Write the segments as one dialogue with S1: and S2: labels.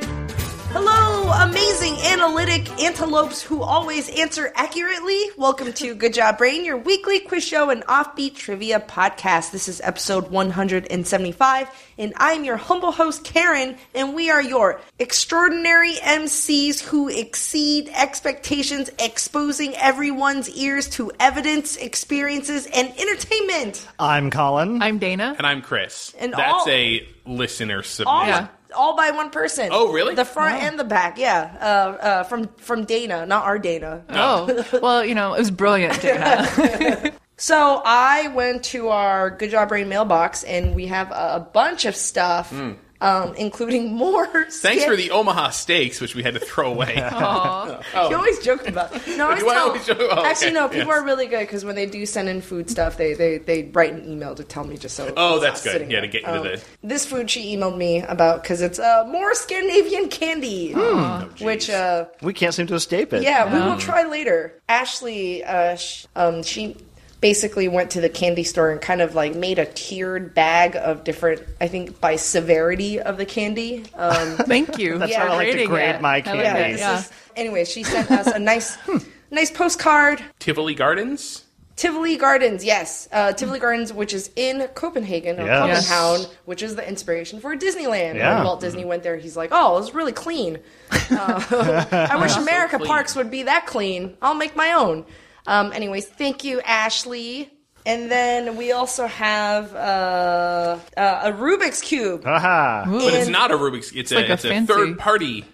S1: Hello, amazing analytic antelopes who always answer accurately. Welcome to Good Job Brain, your weekly quiz show and offbeat trivia podcast. This is episode 175, and I'm your humble host, Karen, and we are your extraordinary MCs who exceed expectations, exposing everyone's ears to evidence, experiences, and entertainment.
S2: I'm Colin.
S3: I'm Dana.
S4: And I'm Chris.
S1: And
S4: That's
S1: all-
S4: a listener
S1: All,
S4: submission.
S3: Yeah.
S1: all by one person.
S4: Oh, really?
S1: The front and the back, yeah. Uh, uh, from, from Dana, not our Dana.
S3: oh, well, you know, it was brilliant, Dana.
S1: So I went to our Good Job Brain mailbox, and we have a bunch of stuff, um, including more.
S4: Mm. Thanks for the Omaha steaks, which we had to throw away.
S1: You always joke about. No, I always
S4: Do I
S1: tell-
S4: always joke? Oh,
S1: Actually,
S4: okay.
S1: no. People
S4: Yes.
S1: are really good because when they do send in food stuff, they, they they write an email to tell me just so.
S4: Oh,
S1: it's
S4: that's
S1: not sitting
S4: good. Yeah,
S1: there. Um,
S4: to get into the-
S1: This food she emailed me about because it's uh, more Scandinavian candy,
S4: Hmm.
S1: which uh,
S2: We can't seem to escape it.
S1: Yeah, we will try later. Ashley, uh, sh- um, she basically went to the candy store and kind of like made a tiered bag of different, I think, by severity of the candy. Um,
S3: Thank you. That's
S1: how I like to
S2: grade my
S1: yeah,
S2: Nice.
S1: this
S2: candies.
S3: yeah.
S1: is- anyway, she sent us a nice, nice postcard.
S4: Tivoli Gardens?
S1: Tivoli Gardens, yes, uh, Tivoli Gardens, which is in Copenhagen or
S2: Yes.
S1: Copenhagen, which is the inspiration for Disneyland.
S2: Yeah.
S1: When Walt Disney went there, he's like, "Oh, it's really clean." Uh, I wish America
S4: clean.
S1: parks would be that clean. I'll make my own. Um, anyways, thank you, Ashley. And then we also have uh, uh, a Rubik's cube.
S2: Ah, Aha.
S4: But it's
S1: And-
S4: not a Rubik's. It's, a,
S3: like a
S4: it's a
S3: fancy-
S4: third party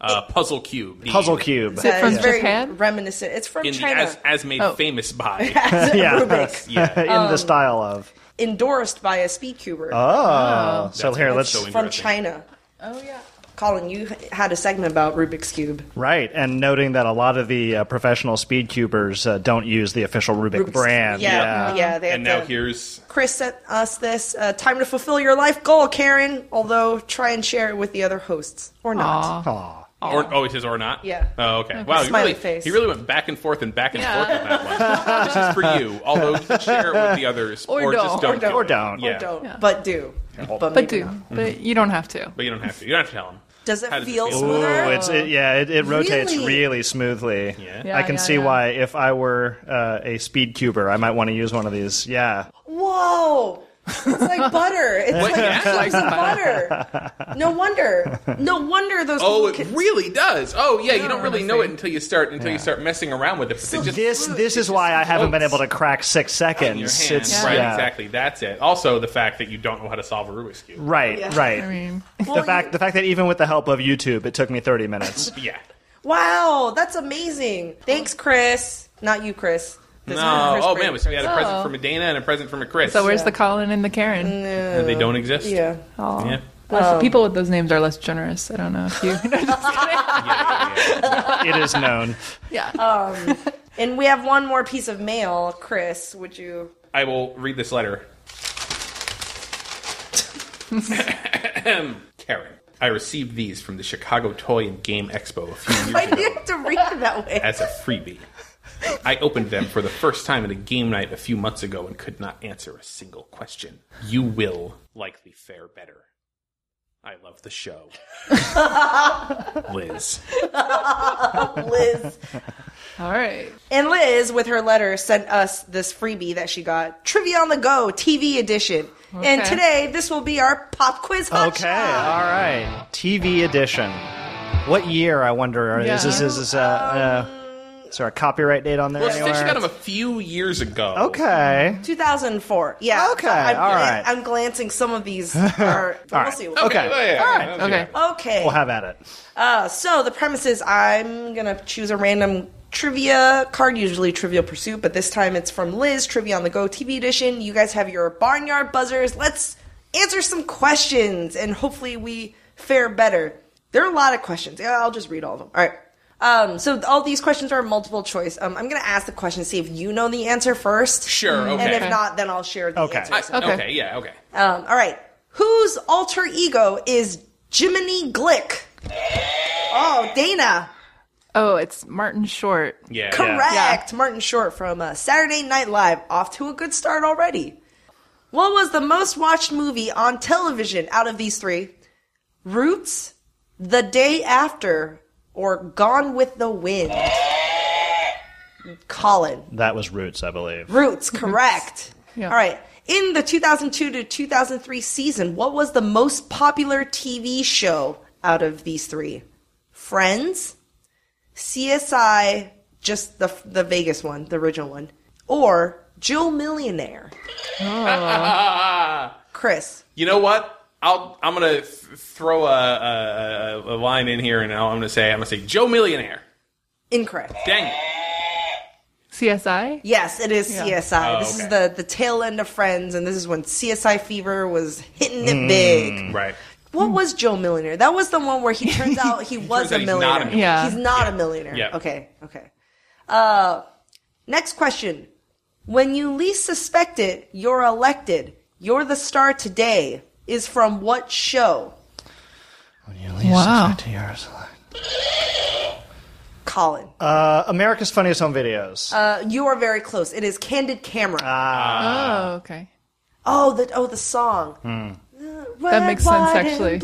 S4: uh, puzzle cube. The-
S2: Puzzle cube.
S1: Uh,
S3: from
S1: it's very
S3: Japan?
S1: reminiscent. It's from
S4: In the,
S1: China.
S4: as, as made
S3: Oh.
S4: famous by.
S2: yeah.
S1: Rubik's.
S2: in
S4: yeah.
S2: the style of.
S1: endorsed by a speed cuber
S2: Oh. so here, let's.
S4: so
S1: from
S4: interesting.
S1: China.
S3: Oh, yeah.
S1: Colin, you had a segment about Rubik's cube.
S2: Right. And noting that a lot of the uh, professional speed cubers uh, don't use the official Rubik brand.
S1: Yeah, yeah. they have
S4: And now
S1: to-
S4: here's.
S1: Chris sent us this uh, time to fulfill your life goal, Karen. Although try and share it with the other hosts or not.
S2: Aw.
S4: Or, oh, it says or not?
S1: Yeah.
S4: Oh, okay. Wow, he
S1: Smiley
S4: really,
S1: face.
S4: he really went back and forth and back and
S3: Yeah.
S4: forth on that one. this is for you, although you can share it with the others.
S3: Or
S4: just
S3: don't. Or
S4: don't. do
S2: Or
S4: it.
S2: don't.
S4: Yeah.
S1: Or don't, but do. But,
S3: But
S1: maybe
S3: do,
S1: not.
S2: Mm-hmm.
S3: but you don't have to.
S4: But you don't have to. You don't have to tell them.
S1: Does it
S4: How does it
S1: feel
S4: feel?
S2: Ooh,
S1: smoother?
S2: Oh, it's it, yeah, it, it rotates
S1: Really?
S2: really, smoothly.
S4: Yeah.
S3: Yeah,
S2: I can
S3: yeah,
S2: see
S3: yeah.
S2: why if I were uh, a speed cuber, I might want to use one of these. Yeah,
S1: Whoa! It's like butter. It's like
S4: Yeah.
S1: cubes of butter. No wonder. No wonder those.
S4: Oh,
S1: people
S4: it
S1: can-
S4: really does. Oh, yeah. You don't really know it
S3: honestly.
S4: until you start until you start messing around with it. But they just
S2: this this is why I haven't been able to crack six
S4: in your
S2: seconds.
S4: hand.
S2: It's
S4: right,
S2: yeah.
S4: exactly. That's it. Also, the fact that you don't know how to solve a Rubik's cube.
S2: Right, right.
S3: I mean,
S1: Well,
S2: the fact the fact that even with the help of YouTube, it took me 30 minutes.
S4: Yeah.
S1: Wow, that's amazing. Thanks, Chris. Not you, Chris. This
S4: No.
S1: Chris
S4: Oh
S1: Brady.
S4: man, so we had a present from a Dana and a present from a Chris.
S3: so where's
S1: Yeah.
S3: the Colin and the Karen?
S4: And they don't exist.
S1: Yeah.
S3: Aw.
S4: Yeah.
S3: Less- people with those names are less generous. I don't know if you.
S4: Yeah, yeah, yeah.
S2: it is known.
S3: yeah.
S1: And we have one more piece of mail, Chris. Would you?
S4: I will read this letter. Karen, I received these from the Chicago Toy and Game Expo a few
S1: I
S4: years ago.
S1: didn't have to read it that way.
S4: as a freebie. I opened them for the first time at a game night a few months ago and could not answer a single question. You will likely fare better. I love the show. Liz.
S1: Liz.
S3: All right.
S1: And Liz, with her letter, sent us this freebie that she got Trivia on the Go TV edition. And
S3: Okay.
S1: today, this will be our pop quiz hot
S2: Okay,
S1: shot.
S2: all right. TV edition. What year I wonder are-
S3: Yeah.
S2: is this is this a, a is there a copyright date on there
S4: Well, she
S2: anywhere?
S4: said she got them a few years ago.
S2: okay.
S1: 2004. Yeah.
S2: Okay,
S1: I'm,
S2: all right.
S1: I'm glancing. Some of these are. we'll
S2: right.
S1: see.
S2: Okay.
S4: well, yeah, yeah, yeah,
S3: Okay.
S1: Okay.
S2: We'll have at it.
S1: Uh, so the premise is I'm gonna choose a random trivia card, usually Trivial Pursuit, but this time it's from Liz, Trivia on the Go TV edition. You guys have your barnyard buzzers. Let's answer some questions, and hopefully we fare better. There are a lot of questions. Yeah, I'll just read all of them. All right. Um, so all these questions are multiple choice. Um, I'm gonna ask the question, see if you know the answer first.
S4: Sure, okay.
S1: And if not, then I'll share the
S2: Okay.
S1: answer.
S4: I- okay.
S3: Okay.
S4: yeah, okay.
S1: Um, all right. Whose alter ego is Jiminy Glick? Oh, Dana.
S3: Oh, it's Martin Short.
S4: Yeah.
S1: Correct. Martin Short from uh, Saturday Night Live. Off to a good start already. What was the most watched movie on television out of these three? Roots, The Day After, or Gone with the Wind? Colin.
S2: That was Roots, I believe.
S1: Roots, correct.
S3: Yeah.
S1: All right. In the 2002 to 2003 season, what was the most popular TV show out of these three? Friends, CSI, just the the Vegas one, the original one, or Jill Millionaire. Chris,
S4: You know what? I'll I'm gonna th- throw a, a, a- a line in here, and I'll- I'm gonna say I'm gonna say Joe Millionaire.
S1: incorrect.
S4: Dang it!
S3: CSI?
S1: Yes, it is
S3: Yeah.
S1: CSI.
S4: Oh,
S1: this is
S4: okay.
S1: the the tail end of Friends, and this is when CSI fever was hitting
S4: Mm.
S1: it big.
S4: Right.
S1: What was Joe Millionaire? That was the one where he turns out he was
S4: Hmm. out
S1: a
S4: he's
S1: millionaire.
S4: not a millionaire.
S3: Yeah.
S1: He's not a millionaire.
S4: Yeah.
S1: Okay. Okay. Uh, next question. When you least suspect it, you're elected. You're the star today is from what show?
S3: Wow.
S1: Colin.
S2: Uh, America's Funniest Home Videos.
S1: Uh, you are very close. It is Candid Camera.
S2: Uh,
S3: Oh, okay.
S1: oh, the oh the song.
S3: hmm. That makes sense, actually.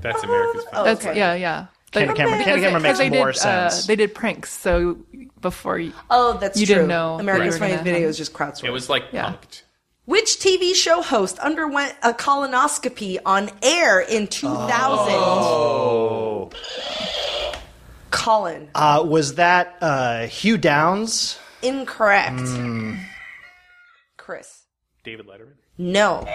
S4: That's America's Funniest
S3: That's yeah, yeah. Like,
S2: Candy Camera. Candy Camera makes
S3: they did,
S2: more
S3: uh,
S2: sense.
S3: they did pranks, so before you,
S1: Oh, that's
S3: You
S1: true.
S3: didn't know
S1: America's
S3: you were
S1: Funniest
S3: gonna
S1: Video
S3: have-
S1: is just crowdsourced.
S4: It was like
S3: Yeah.
S4: punked.
S1: Which TV show host underwent a colonoscopy on air in 2000? Colin.
S2: Uh, was that uh, Hugh Downs?
S1: Incorrect. Chris.
S4: David Letterman.
S1: No.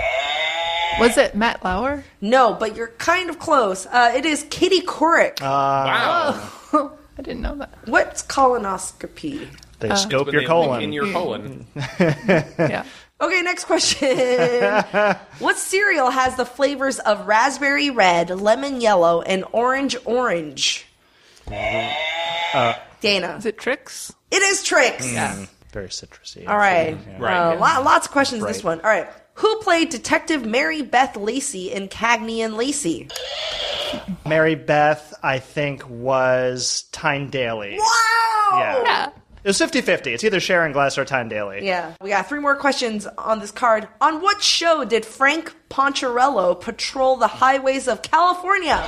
S3: was it Matt Lauer?
S1: No, but you're kind of close. Uh, it is Kitty Couric.
S4: wow.
S3: I didn't know that.
S1: What's colonoscopy?
S2: They scope
S4: When
S2: your
S4: they look
S2: colon.
S4: in your colon.
S3: Yeah.
S1: Okay, next question. what cereal has the flavors of raspberry red, lemon yellow, and orange orange? Dana.
S3: Is it Tricks?
S1: It is Trix.
S3: Mm.
S2: Very citrusy.
S1: All right.
S4: Right,
S1: Uh, lo- lots of questions this
S2: Right.
S1: one. All right. Who played Detective Mary Beth Lacey in Cagney and Lacey?
S2: Mary Beth, I think, was Tyne Daly.
S1: Wow.
S2: Yeah. It was 50 50. It's either Sharon Glass or Tyne Daly.
S1: Yeah. We got three more questions on this card. On what show did Frank Poncherello patrol the highways of California?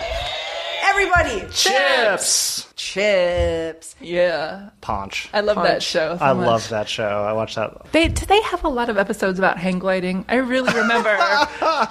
S1: Everybody.
S2: Chips!
S1: Chips.
S3: Yeah.
S2: Punch.
S3: I love that
S1: Punch.
S3: show. so
S2: I
S3: much.
S2: love that show. I watched that.
S3: They do they have a lot of episodes about hang gliding. I really remember,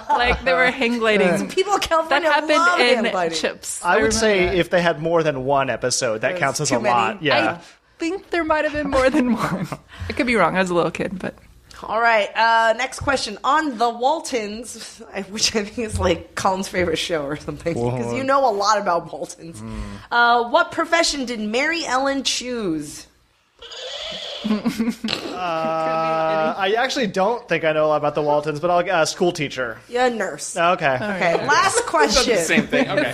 S3: like there were hang gliding
S1: People in
S3: that
S1: California love
S3: happened in
S1: hand gliding.
S3: Chips.
S2: I would
S3: remember
S2: say
S3: that.
S2: if they had more than one episode, that counts as
S1: too
S2: a
S1: many.
S2: lot. Yeah.
S3: I think there might have been more than one. I could be wrong. I was a little kid, but
S1: All right. Uh, next question on the Waltons, which I think is like Colin's favorite show or something, because
S4: uh,
S1: you know a lot about Waltons.
S4: hmm.
S1: Uh, what profession did Mary Ellen choose?
S2: Uh, I actually don't think I know a lot about the Waltons, but I'll uh, school teacher.
S1: Yeah, nurse.
S2: Okay.
S1: Okay. Last
S4: That's the
S1: question.
S4: same thing. Okay.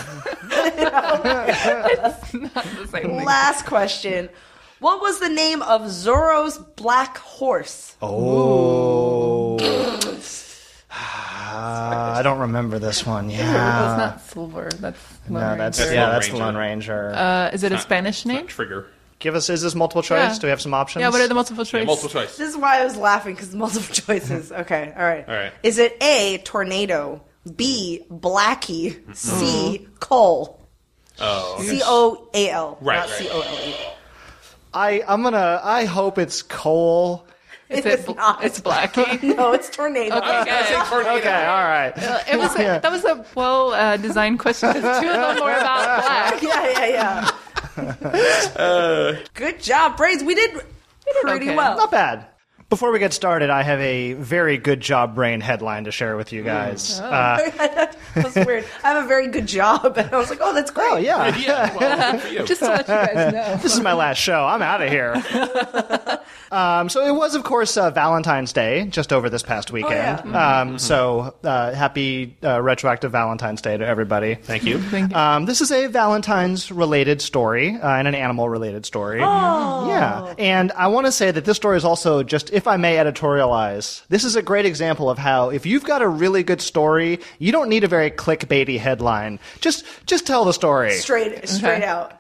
S3: the same thing.
S1: Last question. What was the name of Zorro's black horse?
S2: Oh. Uh, I don't remember this one. Yeah.
S3: that's not silver. That's Lone
S2: Uh, No, that's
S4: That's
S3: Ranger.
S2: yeah,
S4: Lone
S2: that's the
S4: Ranger.
S2: Lone Ranger.
S3: Uh, is it a Spanish
S4: It's not
S3: name?
S4: Trigger.
S2: Give us is this multiple choice?
S3: Yeah.
S2: Do we have some options?
S3: Yeah. What are the multiple choice?
S4: Yeah, multiple choice.
S1: This is why I was laughing because multiple choices. Okay, all right.
S4: All right.
S1: Is it A, tornado, B, blackie, C, coal?
S4: Mm-hmm. Oh. okay.
S1: C O A L,
S4: Right,
S1: not
S4: right.
S1: C O L E.
S2: I I'm gonna I hope it's Cole.
S3: It's,
S1: It's
S3: bl-
S1: not.
S3: It's Blackie.
S1: No, it's tornado.
S4: I
S3: Okay.
S4: said tornado.
S2: Okay, all right.
S3: It was a, that was a well uh, designed question. 'cause Two of them were about black.
S1: Yeah, yeah, yeah.
S4: Uh.
S1: Good job, Braves. We did pretty
S3: okay.
S1: well.
S2: Not bad. Before we get started, I have a very good job brain headline to share with you guys.
S4: Ah.
S2: Uh,
S1: That was weird. I have a very good job, and I was like, "Oh, that's great."
S2: oh yeah,
S4: Yeah. Well, good for you.
S3: Just to let you guys know.
S2: this is my last show. I'm out of here. Um, so it was, of course, uh, Valentine's Day just over this past weekend.
S1: yeah.
S2: um, so uh, happy uh, retroactive Valentine's Day to everybody.
S4: Thank you.
S2: Um, this is a Valentine's related story uh, and an animal related story. Oh. Yeah. And I want to say that this story is also just, if I may editorialize, this is a great example of how if you've got a really good story, you don't need a very clickbaity headline. Just, just tell the story.
S1: Straight, straight
S3: Okay.
S1: out.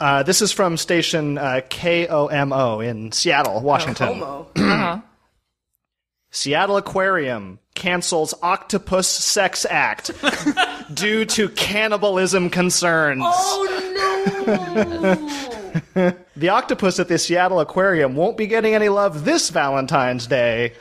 S2: Uh, this is from station uh, KOMO in Seattle, Washington.
S1: Oh, Homo.
S2: Seattle Aquarium cancels octopus sex act due to cannibalism concerns.
S1: Oh no!
S2: The octopus at the Seattle Aquarium won't be getting any love this Valentine's Day.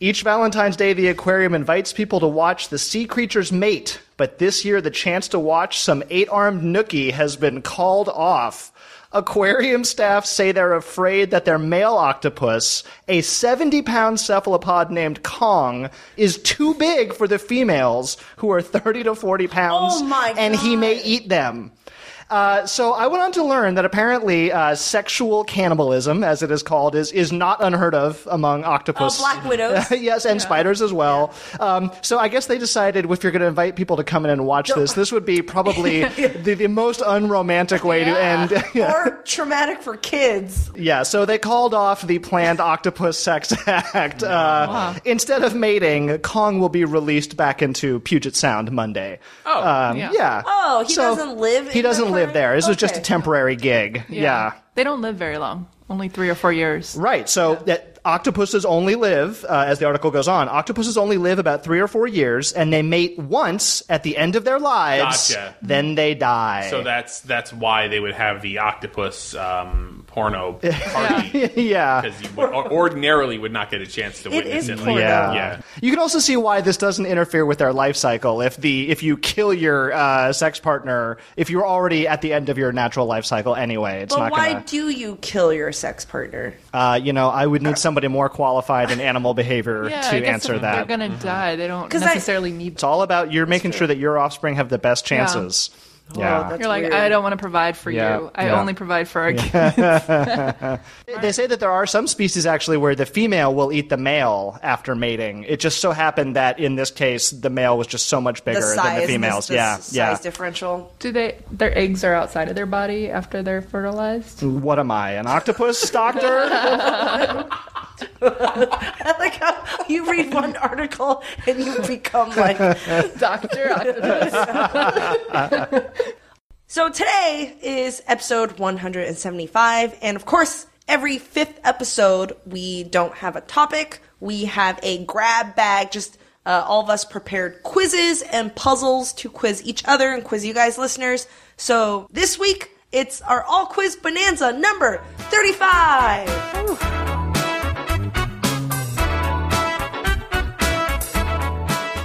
S2: Each Valentine's Day, the aquarium invites people to watch the sea creatures mate, but this year the chance to watch some eight armed nookie has been called off. Aquarium staff say they're afraid that their male octopus, a 70 pound cephalopod named Kong, is too big for the females, who are 30 to 40 pounds,
S1: Oh my
S2: and he
S1: God.
S2: may eat them. Uh, so I went on to learn that apparently uh, sexual cannibalism, as it is called, is is not unheard of among octopus.
S1: Oh, black widows.
S2: yes, and spiders as well. Um, so I guess they decided if you're going to invite people to come in and watch this, this would be probably the, the most unromantic way to end.
S1: or traumatic for kids.
S2: Yeah, so they called off the planned octopus sex act. Uh, Instead of mating, Kong will be released back into Puget Sound Monday.
S4: Oh,
S2: um,
S3: yeah.
S1: Oh, he doesn't live
S2: He
S1: in the
S2: doesn't live
S1: aquarium?
S2: there. This was just a
S1: Okay.
S2: temporary gig. Yeah,
S3: They don't live very long. Only three or four years.
S2: right. So that octopuses only live, uh, as the article goes on, octopuses only live about three or four years, and they mate once at the end of their lives.
S4: Gotcha.
S2: Then they die.
S4: So that's that's why they would have the octopus um, porno party
S2: yeah.
S4: because you would, or- ordinarily would not get a chance to witness
S1: is
S4: it.
S1: porno.
S2: Yeah.
S4: yeah.
S2: You can also see why this doesn't interfere with their life cycle. If the if you kill your uh, sex partner, if you're already at the end of your natural life cycle anyway, it's
S1: But
S2: not
S1: why
S2: gonna.
S1: do you kill your sex partner?
S2: uh, you know, I would need somebody more qualified in animal behavior
S3: Yeah, I
S2: to
S3: guess
S2: answer
S3: if
S2: that.
S3: They're gonna die. They don't
S1: 'Cause I-
S3: necessarily need.
S2: It's all about you're making sure that your offspring have the best chances.
S3: Oh,
S2: Yeah.
S1: that's
S3: You're like,
S1: weird.
S3: I don't want to provide for
S2: Yeah,
S3: you. I
S2: yeah.
S3: only provide for our kids.
S2: They say that there are some species actually where the female will eat the male after mating. It just so happened that in this case, the male was just so much bigger
S1: the size,
S2: than the females.
S1: the, the
S2: yeah,
S1: size
S2: yeah.
S1: differential.
S3: Do they? Their eggs are outside of their body after they're fertilized.
S2: What am I, an octopus doctor?
S1: I like how you read one article and you become like.
S3: Doctor octopus.
S1: So today is episode 175, and of course, every fifth episode we don't have a topic. We have a grab bag, just uh, all of us prepared quizzes and puzzles to quiz each other and quiz you guys, listeners. So this week it's our all quiz bonanza number 35.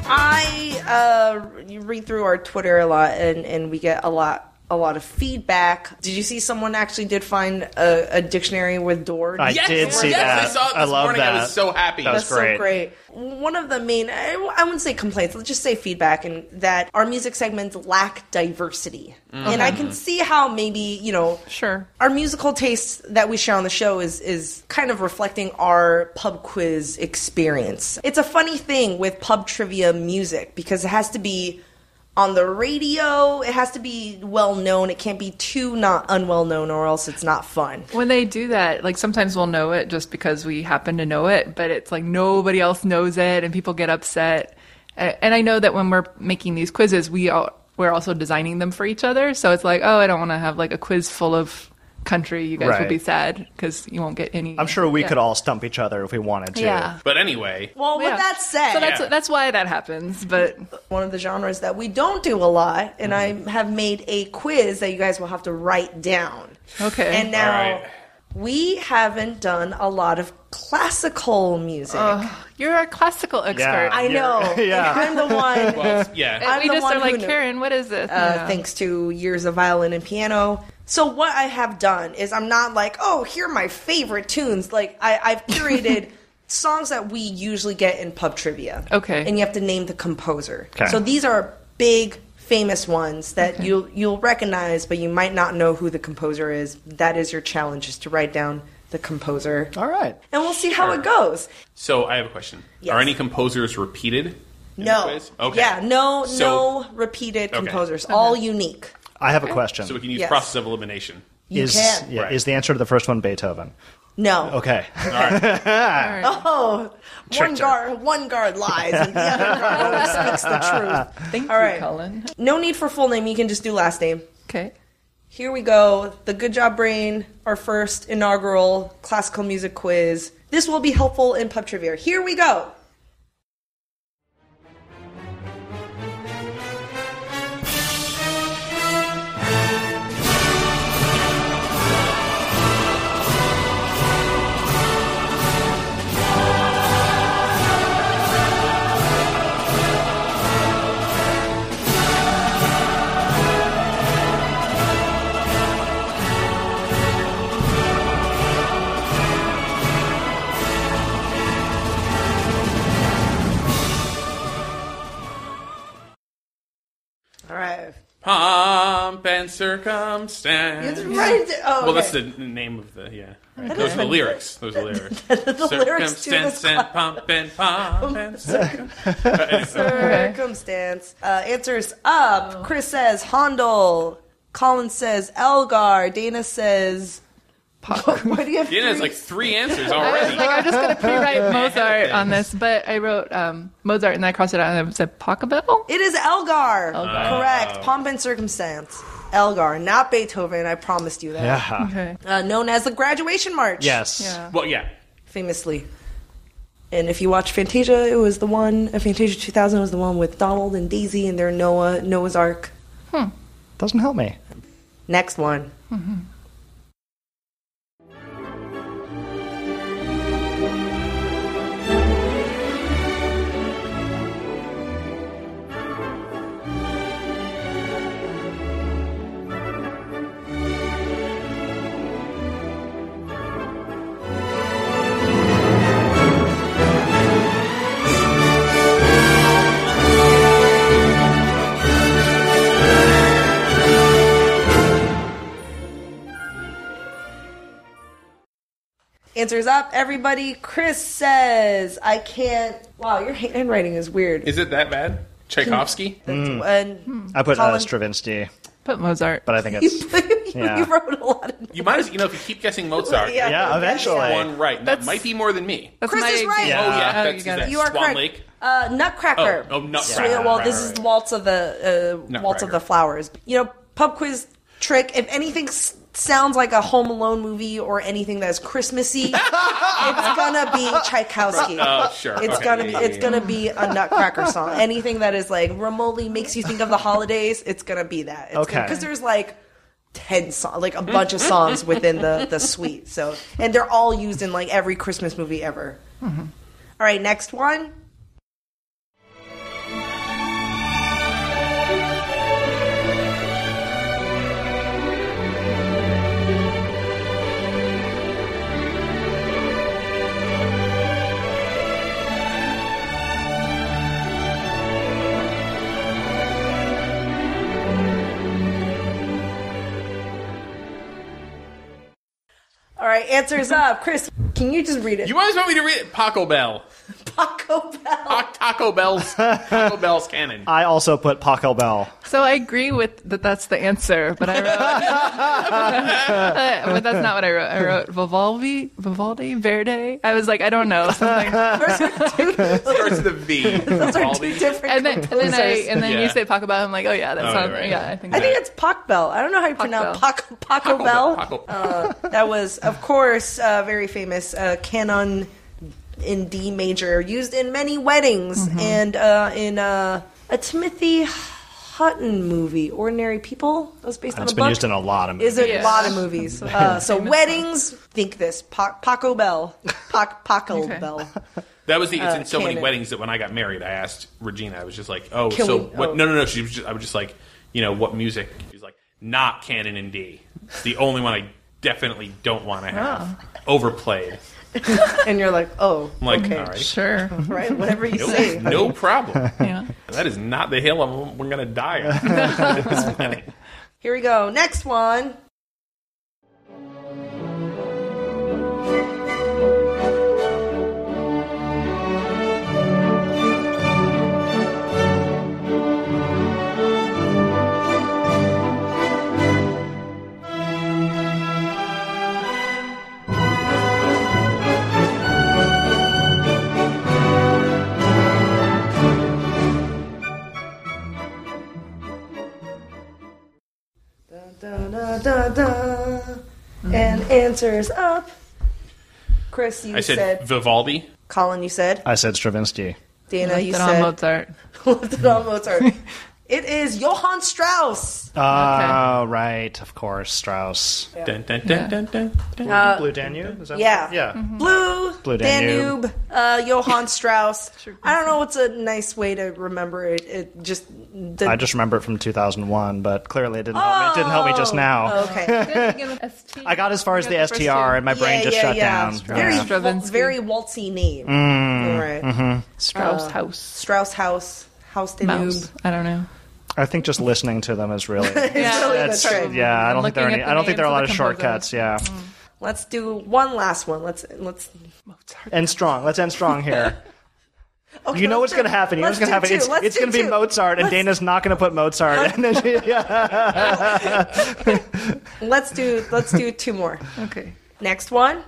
S1: I uh, read through our Twitter a lot, and, and we get a lot a lot of feedback. Did you see someone actually did find a, a dictionary with door?
S2: I did see that.
S4: yes, I saw it this
S2: love
S4: morning.
S2: that.
S4: I was so happy.
S2: That was
S1: That's
S2: great.
S1: so great. One of the main, I, I wouldn't say complaints, let's just say feedback, and that our music segments lack diversity. And I can see how maybe, you know,
S3: Sure.
S1: our musical tastes that we share on the show is is kind of reflecting our pub quiz experience. It's a funny thing with pub trivia music because it has to be on the radio, it has to be well known, it can't be too not unwell known or else it's not fun.
S3: When they do that, like sometimes we'll know it just because we happen to know it, but it's like nobody else knows it, and people get upset. A- And I know that when we're making these quizzes, we all we're also designing them for each other. So it's like, oh, I don't want to have like a quiz full of country. You guys
S2: Right.
S3: will be sad because you won't get any.
S2: I'm sure we
S3: Yeah.
S2: could all stump each other if we wanted to.
S3: Yeah.
S4: But anyway,
S1: Well, with
S3: Yeah.
S1: that said,
S3: so that's
S4: Yeah.
S3: that's why that happens. But
S1: one of the genres that we don't do a lot, and I have made a quiz that you guys will have to write down.
S3: Okay.
S1: And now
S4: All right.
S1: we haven't done a lot of classical music.
S3: you're a classical expert.
S1: I know.
S2: you're- yeah.
S1: And I'm the one.
S4: well, yeah.
S1: I'm
S3: we
S1: the
S3: just
S1: one
S3: are
S1: who
S3: like,
S1: knew.
S3: Karen, what is this?
S1: uh,
S3: You know.
S1: thanks to years of violin and piano. So what I have done is I'm not like, oh, here are my favorite tunes. Like I, I've curated songs that we usually get in pub trivia.
S3: Okay.
S1: And you have to name the composer.
S2: Okay.
S1: So these are big famous ones that you'll you'll recognize, but you might not know who the composer is. That is your challenge is to write down the composer.
S2: All right.
S1: And we'll see how it goes.
S4: So I have a question.
S1: Yes.
S4: Are any composers repeated? in the
S1: No.
S4: quiz? Okay.
S1: Yeah, no
S4: So-
S1: no repeated composers. All unique.
S2: I have a question.
S4: So we can use
S1: Yes.
S4: process of elimination.
S1: You
S2: is
S1: can.
S2: yeah,
S4: Right.
S2: is the answer to the first one Beethoven?
S1: No.
S2: Okay.
S1: Oh, one
S2: Tricked her.
S1: guard, one guard lies, and the other guard always speaks the truth.
S3: Thank
S1: All
S3: you,
S1: right.
S3: Colin.
S1: No need for full name. You can just do last name.
S3: Okay.
S1: Here we go. The Good Job Brain, our first inaugural classical music quiz. This will be helpful in pub trivia. Here we go. All right.
S4: Pomp and circumstance.
S1: It's right. Oh,
S4: Well, that's
S1: okay.
S4: the n- name of the yeah. Right. Those are the lyrics. Those are the lyrics.
S1: the lyrics to this
S4: circumstance and pomp and pomp and circum.
S1: circumstance. Uh, answers up. Chris says Handel. Colin says Elgar. Dana says. What do you have?
S4: Dana has
S1: three-
S4: like three answers
S3: I was
S4: already.
S3: like, I'm just going to pre-write Mozart on this, but I wrote um, Mozart and I crossed it out and I said Pachelbel.
S1: It is Elgar.
S3: Elgar.
S1: Correct. Pomp and circumstance. Elgar, not Beethoven. I promised you that.
S2: Yeah.
S3: Okay.
S1: Uh, known as the graduation march.
S2: Yes.
S3: Yeah.
S4: Well, yeah.
S1: famously. And if you watch Fantasia, it was the one. uh, Fantasia 2000 was the one with Donald and Daisy and their Noah Noah's Ark.
S2: Doesn't help me.
S1: Next one. Answers up, everybody. Chris says, "I can't." Wow, your handwriting is weird.
S4: Is it that bad? Tchaikovsky.
S1: That's
S2: Hmm.
S1: one.
S2: I put uh,
S1: Colin-
S2: Stravinsky,
S3: Put Mozart.
S2: but I think it's Yeah.
S1: You wrote a lot of.
S4: You might as you know if you keep guessing Mozart,
S1: Yeah.
S2: yeah. Eventually,
S4: one right. That might be more than me.
S3: That's
S1: Chris
S3: my
S1: is right.
S3: example.
S4: Oh yeah,
S3: Oh,
S4: that's
S3: you got
S4: is
S3: it.
S4: that
S1: You are
S4: Swan
S1: correct.
S4: Lake.
S1: Uh, Nutcracker.
S4: Oh, oh, Nutcracker,
S1: So, yeah, well,
S4: right,
S1: this
S4: right,
S1: is
S4: right.
S1: Waltz of the uh, Waltz of the
S4: Nutcracker.
S1: Flowers. You know, pub quiz trick. If anything s- sounds like a Home Alone movie or anything that's Christmassy, it's gonna be Tchaikovsky.
S4: Oh sure.
S1: It's
S4: Okay,
S1: gonna
S4: yeah,
S1: be
S4: yeah,
S1: it's
S4: yeah.
S1: gonna be a Nutcracker song. Anything that is like remotely makes you think of the holidays, it's gonna be that. It's
S2: Okay.
S1: Because there's like ten songs, like a bunch of songs within the the suite. So and they're all used in like every Christmas movie ever. All right, next one. All right, answers up. Chris, can you just read it?
S4: You might as well want me to read it. Paco Bell.
S1: Taco Bell.
S4: Ta- Taco Bell's Taco Bell's cannon.
S2: I also put Pachelbel.
S3: So I agree with that. That's the answer, but I wrote. but that's not what I wrote. I wrote Vivaldi, Vivaldi, Verde. I was like, I don't know. something.
S4: Starts with a V.
S1: Those are
S4: All
S1: two
S4: these-
S1: different.
S3: And then, and then I, and then you
S4: Yeah.
S3: say Paco Bell. I'm like, oh yeah, that
S4: Oh,
S3: sounds.
S4: right, right.
S3: Yeah, I think.
S1: I think it's Pac Bell. I don't know how you pronounce
S3: Bell.
S1: Pac, Paco Bell.
S4: Paco Bell.
S1: Uh, that was, of course, uh, very famous uh, canon in D major, used in many weddings and uh, in uh, a Timothy Hutton movie, Ordinary People. That was based on
S2: It's
S1: a
S2: been
S1: book.
S2: used in a lot of movies.
S1: is in a
S3: Yeah.
S1: lot of movies. Uh, so weddings, think this Pac, Paco Bell, Pac, Paco
S3: Okay.
S1: Bell.
S4: That was the. It's in so many
S1: Uh, cannon.
S4: weddings that when I got married, I asked Regina. I was just like, "Oh,
S1: Can
S4: so
S1: we-
S4: what?"
S1: oh.
S4: No, no, no. She was. Just, I was just like, you know, what music? She's like, not canon in D. It's the only one I definitely don't want to have overplayed.
S1: And you're like, oh,
S4: I'm like,
S1: okay,
S4: all right,
S3: Sure.
S1: right? Whatever you
S4: no,
S1: say.
S4: no problem.
S3: Yeah.
S4: That is not the hill I'm, we're gonna die on. at this wedding.
S1: Here we go. Next one. da, da, da. And answers up. Chris, you
S4: I said,
S1: said.
S4: Vivaldi.
S1: Colin, you said.
S2: I said Stravinsky.
S1: Dana,
S3: Left
S1: you
S3: it on
S1: said.
S3: Mozart.
S1: Lifted on Mozart. It is Johann Strauss.
S2: Ah, right, of course, Strauss.
S4: Dun, dun, dun, dun, dun, dun.
S2: Blue Danube. Is that
S1: yeah. Mm-hmm.
S2: yeah.
S1: Blue,
S2: Blue Danube.
S1: Danube, uh, Johann Strauss. I don't know what's a nice way to remember it. It just the,
S2: I just remember it from 2001, but clearly it didn't help me. It didn't help me just now.
S1: Oh. okay.
S3: I
S2: I got as far as the STR, and my brain
S1: Yeah,
S2: just
S1: yeah,
S2: shut
S1: yeah.
S2: down. Mm.
S1: Very,
S2: Yeah.
S1: wal-
S3: Stravinsky.
S1: very waltzy name. All right.
S2: Mm-hmm.
S3: Strauss
S2: Uh,
S3: House.
S1: Strauss House, House Danube.
S3: Mouse. I don't know.
S2: I think just listening to them is really.
S1: It's really
S2: that's
S1: good.
S3: right.
S2: yeah. I don't think there are
S3: Looking
S2: any.
S3: at the
S2: I don't think there are a lot of
S3: names of the
S2: shortcuts. Yeah.
S1: Let's do one last one. Let's let's.
S2: End strong. Let's end strong here.
S1: Okay,
S2: You know
S1: let's
S2: what's
S1: do-
S2: going to happen. You know what's
S1: let's
S2: going
S1: do
S2: to happen.
S1: two.
S2: It's,
S1: Let's
S2: it's
S1: do
S2: going to be
S1: two.
S2: Mozart, and
S1: Let's-
S2: Dana's not going to put Mozart. And then she, yeah.
S1: Let's do let's do two more.
S3: Okay.
S1: Next one.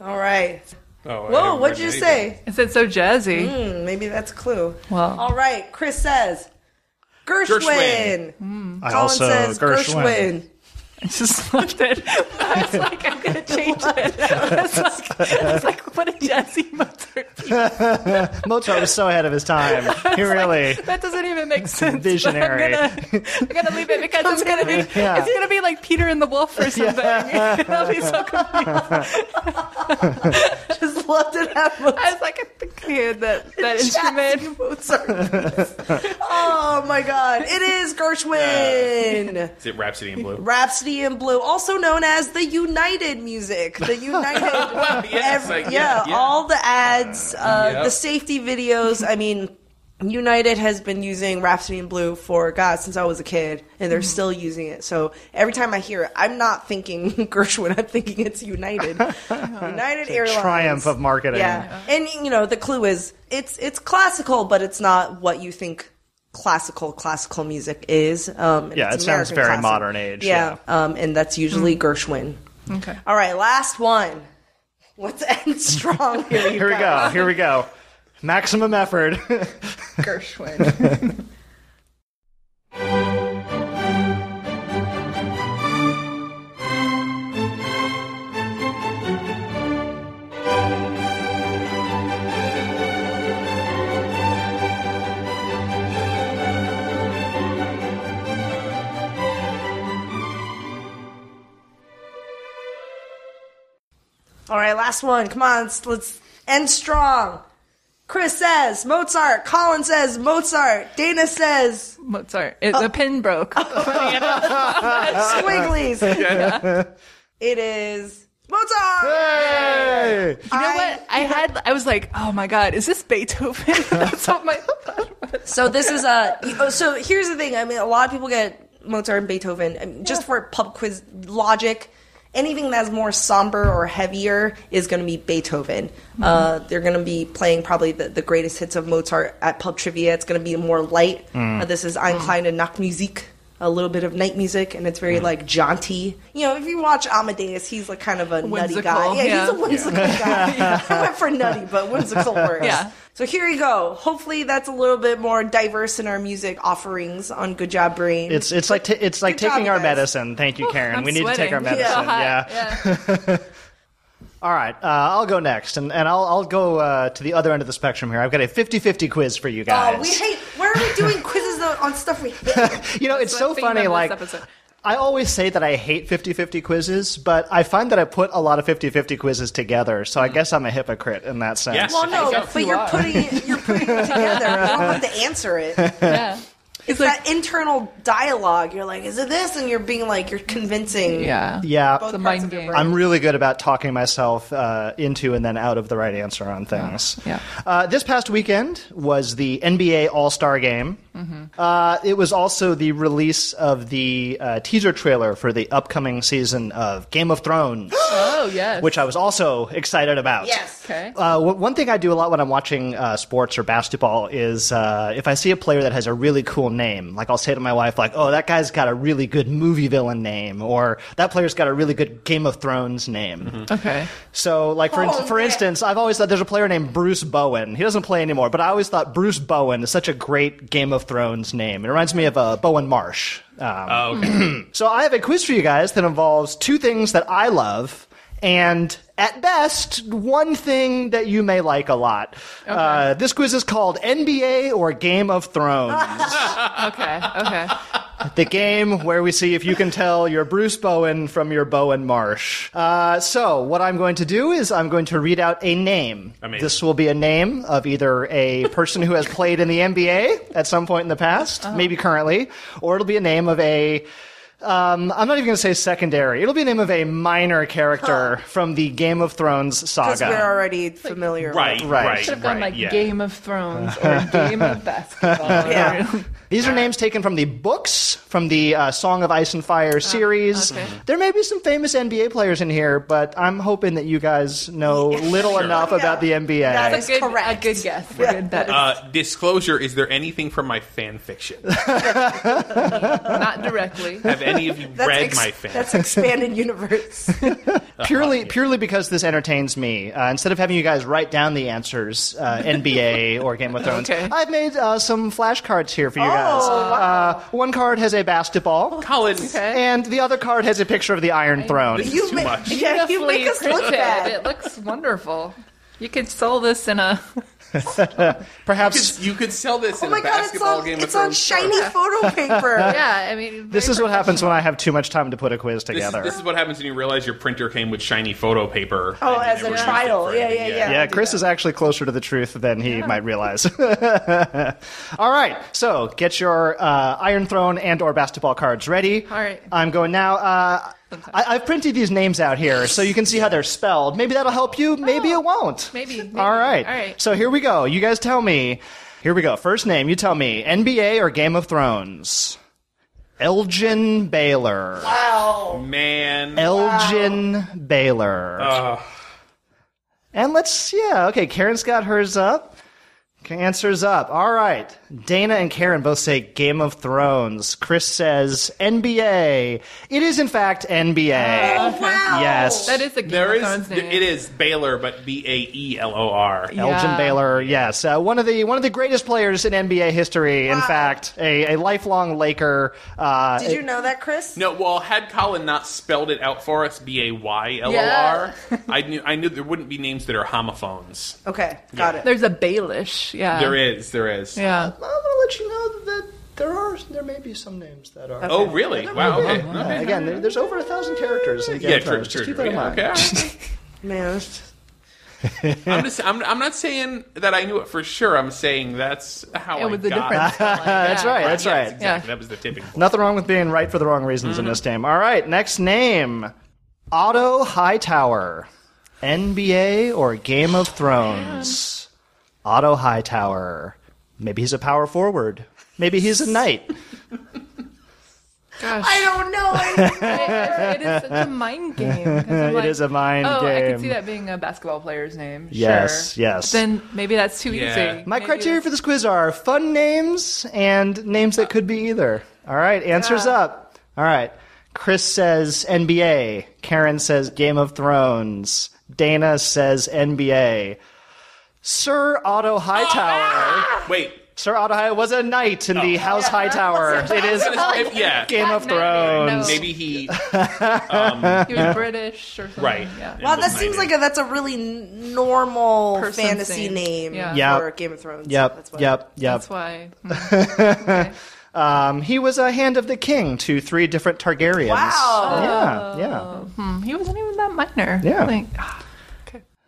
S1: All right.
S4: Oh, I
S1: Whoa,
S4: haven't
S1: what'd
S4: read
S1: you
S4: anything.
S1: say?
S3: Is it so jazzy?
S1: Hmm, maybe that's a clue.
S3: Well.
S1: all right. Chris says Gershwin.
S4: Gershwin.
S2: I
S1: Colin says Gershwin.
S3: I just left it. I was like, I'm gonna change it. I was like, I was like what a jazzy Mozart piece.
S2: Mozart was so ahead of his time. He really.
S3: That doesn't even make sense. but
S2: Visionary.
S3: I'm gonna, I'm gonna leave it because it's gonna be
S2: Yeah.
S3: it's gonna be like Peter and the Wolf or something. I'll be so confused.
S1: Just loved it at Mozart.
S3: I was like, I think I heard that that instrument.
S1: Oh my god, it is Gershwin.
S4: Is it Rhapsody in Blue?
S1: Rhapsody in Blue, also known as the United music, the United,
S4: yes,
S1: every-
S4: I- yeah,
S1: yeah,
S4: yeah.
S1: all the ads, uh,
S4: Yep.
S1: the safety videos. I mean, United has been using Rhapsody in Blue for God since I was a kid, and
S2: Mm-hmm.
S1: they're still using it. So every time I hear it, I'm not thinking Gershwin. I'm thinking it's United, United Airlines.
S2: triumph of marketing.
S1: Yeah, and you know the clue is it's it's classical, but it's not what you think classical classical music is. Um, and
S2: Yeah, it sounds
S1: American
S2: very
S1: classic.
S2: modern age,
S1: Um, and that's usually Gershwin.
S3: Okay.
S1: All right, last one. Let's end strong here. You
S2: Here we go. Here we go. Maximum effort.
S3: Gershwin.
S1: All right, last one. Come on, let's, let's end strong. Chris says Mozart. Colin says Mozart. Dana says
S3: Mozart. It, the pin broke.
S1: Squiggly's. It is Mozart.
S2: Hey!
S3: You know
S1: I-
S3: what? I had. I was like, "Oh my god, is this Beethoven?" That's what my thought was.
S1: So this is a. oh, So here's the thing. I mean, a lot of people get Mozart and Beethoven I mean, just for pub quiz logic. Anything that's more somber or heavier is going to be Beethoven.
S3: Mm-hmm.
S1: Uh, they're going to be playing probably the, the greatest hits of Mozart at pub trivia. It's going to be more light.
S3: Mm.
S1: Uh, this is Ein kleine Nachtmusik, a little bit of night music, and it's very
S3: Mm.
S1: like jaunty. You know, if you watch Amadeus, he's like kind of a nutty guy.
S3: Whimsical,
S1: Yeah, he's
S3: yeah.
S1: a whimsical guy. I went for nutty, but whimsical works.
S3: Yeah.
S1: So here you go. Hopefully that's a little bit more diverse in our music offerings on Good Job Brain.
S2: It's it's like t- it's like
S1: Good job,
S2: taking
S1: you
S2: our
S1: guys.
S2: medicine. Thank you, Karen.
S3: I'm
S2: we need to take our
S3: sweating.
S2: medicine.
S3: So hot.
S2: Yeah.
S3: yeah.
S2: All right. Uh, I'll go next, and and I'll I'll go uh, to the other end of the spectrum here. I've got a 50-50 quiz for you guys.
S1: oh, we hate. Why are we doing quizzes though, on stuff we hate?
S2: you know, it's
S3: That's
S2: so
S3: my theme of
S2: funny.
S3: this
S2: Like,
S3: episode.
S2: I always say that I hate 50 50 quizzes, but I find that I put a lot of 50 50 quizzes together, so I guess I'm a hypocrite in that sense.
S4: Yes.
S1: Hmm. Well, no,
S4: Yes,
S1: but you're putting it, you're putting it together. You don't have to answer it. It's
S3: yeah. It's like,
S1: that internal dialogue. You're like, is it this? And you're being like, you're convincing.
S3: yeah.
S2: Yeah.
S1: both
S3: a
S1: parts
S3: mind
S1: of your
S3: game.
S1: brain.
S2: I'm really good about talking myself uh, into and then out of the right answer on things.
S3: Yeah.
S2: Uh, this past weekend was the NBA All Star Game. Uh, it was also the release of the uh, teaser trailer for the upcoming season of Game of Thrones,
S3: Oh yes.
S2: which I was also excited about.
S1: Yes.
S3: okay.
S2: Uh, w- one thing I do a lot when I'm watching uh, sports or basketball is uh, if I see a player that has a really cool name, like I'll say to my wife, like, "Oh, that guy's got a really good movie villain name," or "That player's got a really good Game of Thrones name."
S3: okay.
S2: So, like for, in-
S1: Oh,
S2: for
S1: yeah.
S2: instance, I've always thought there's a player named Bruce Bowen. He doesn't play anymore, but I always thought Bruce Bowen is such a great Game of Thrones name. It reminds me of uh, Bowen Marsh. Um,
S4: Oh, okay.
S2: so I have a quiz for you guys that involves two things that I love and at best one thing that you may like a lot. Uh, this quiz is called NBA or Game of Thrones.
S3: Okay. Okay.
S2: the game where we see if you can tell your Bruce Bowen from your Bowen Marsh. Uh, so what I'm going to do is I'm going to read out a name.
S4: Amazing.
S2: This will be a name of either a person who has played in the NBA at some point in the past,
S1: Uh-huh.
S2: maybe currently, or it'll be a name of a. Um, I'm not even going to say secondary. It'll be a name of a minor character from the Game of Thrones
S1: Because
S2: saga.
S1: we're already familiar. with-
S4: right,
S2: Right.
S4: right,
S3: Should have
S4: right.
S3: gone like
S4: yeah.
S3: Game of Thrones or Game of Basketball.
S1: Yeah.
S2: These are names taken from the books, from the uh, Song of Ice and Fire series.
S3: okay.
S2: There may be some famous NBA players in here, but I'm hoping that you guys know little enough
S1: Yeah.
S2: about the NBA.
S1: That is
S3: Good, a
S1: correct.
S3: good guess. A good bet.
S4: Uh, disclosure: Is there anything from my fan fiction?
S3: Not directly.
S4: Have any of you read
S1: ex-
S4: my fan?
S1: That's expanded universe.
S2: purely, purely because this entertains me. Uh, instead of having you guys write down the answers, uh, NBA or Game of Thrones,
S3: Okay.
S2: I've made uh, some flashcards here for you
S1: Oh,
S2: guys. Uh, one card has a basketball,
S4: Colin,
S3: Okay.
S2: and the other card has a picture of the Iron Throne.
S4: This-
S1: you
S4: too
S1: ma-
S4: much.
S1: Yeah, you make us
S3: Beautifully
S1: look
S3: printed.
S1: bad.
S3: It looks wonderful. You could sell this in a.
S2: Perhaps
S4: you could sell this
S1: Oh
S4: in
S1: my
S4: a
S1: god, it's
S4: basketball
S1: on,
S4: game.
S1: it's
S4: of
S1: on
S4: Thrones
S1: shiny
S4: card.
S1: photo paper.
S3: Yeah, I mean.
S2: this
S3: very
S2: is what happens
S3: professional.
S2: when I have too much time to put a quiz
S4: This is,
S2: together.
S4: this is what happens when you realize your printer came with shiny photo paper.
S1: Oh,
S4: and you
S1: as a
S4: never used it
S1: trial.
S4: for
S1: Yeah,
S4: anything.
S1: yeah,
S2: Yeah, Chris is actually closer to the truth than he might realize. All right, so get your uh, Iron Throne and or basketball cards ready.
S3: All right.
S2: I'm going now. Uh, I, I've printed these names out here so you can see how they're spelled. Maybe that'll help you. Maybe it won't.
S3: Oh, maybe, maybe.
S2: All right.
S3: All right.
S2: So here we go. You guys tell me. Here we go. First name. You tell me. NBA or Game of Thrones? Elgin Baylor.
S1: Wow.
S4: Man,
S2: Elgin Baylor.
S4: Ugh.
S2: And let's, yeah, okay, Karen's got hers up. Okay, answers up. All right. Dana and Karen both say Game of Thrones. Chris says NBA. It is, in fact, NBA.
S1: Oh, Wow.
S2: yes.
S3: Oh. That is a Game
S4: there
S3: of
S4: is
S3: Thrones
S4: th-
S3: name.
S4: it is Baylor, but B A E L O R.
S3: Yeah.
S2: Elgin Baylor, yes, uh, one of the one of the greatest players in NBA history. In fact, a, a lifelong Laker. Uh,
S1: Did you know that, Chris?
S4: No, well, had Colin not spelled it out for us, B A Y L O
S3: Yeah.
S4: R, I knew I knew there wouldn't be names that are homophones.
S1: Okay, got it.
S3: There's a Baelish.
S1: Uh.
S3: Yeah.
S4: There is, there is.
S3: Yeah.
S2: I'm gonna let you know that there are there may be some names that are.
S4: Oh, really? Wow. Okay. okay.
S2: Again, there- there's over a thousand characters in Game
S4: Yeah,
S2: of
S4: true,
S2: Thrones.
S4: true,
S2: Just keep
S4: true.
S2: that in
S4: Yeah,
S2: mind.
S4: okay, all right.
S1: Man, it's-
S4: I'm just, I'm, I'm not saying that I knew it for sure. I'm saying that's how I
S3: It was the
S4: got
S3: difference.
S2: That's right. That's
S4: Yes,
S2: right.
S4: Exactly. That was the tipping. point.
S2: Nothing wrong with being right for the wrong reasons in
S4: Mm-hmm.
S2: this game. All right, next name Otto Hightower. NBA or Game of Thrones? Otto Hightower. Maybe he's a power forward. Maybe he's a knight.
S3: Gosh.
S1: I don't know. I-
S3: I- it is such a mind game. 'cause I'm
S2: It
S3: like,
S2: is a mind
S3: oh, I
S2: game.
S3: could see that being a basketball player's name.
S2: Yes,
S3: sure.
S2: yes.
S3: Then maybe that's too
S4: Yeah.
S3: easy.
S2: My
S3: Maybe
S2: criteria for this quiz are fun names and names that could be either. All right, answers up. All right. Chris says NBA. Karen says Game of Thrones. Dana says NBA. Sir Otto Hightower.
S4: Wait.
S2: Sir Otto Hightower was a knight in the House Hightower. It is
S4: If- yeah.
S2: Game of Thrones.
S4: Maybe he.
S3: he was British or something.
S4: Right.
S3: Yeah.
S1: wow, that seems like a, that's a really n- normal
S3: Person's
S1: fantasy
S3: name.
S1: name
S3: Yeah.
S2: Yep.
S1: for Game of Thrones.
S2: Yep,
S1: That's why.
S2: yep, yep.
S3: That's why. mm-hmm.
S2: Um, he was a hand of the king to three different Targaryens.
S1: Wow.
S2: Yeah, yeah.
S3: Hmm, he wasn't even that minor.
S2: Yeah.
S3: Like, ah,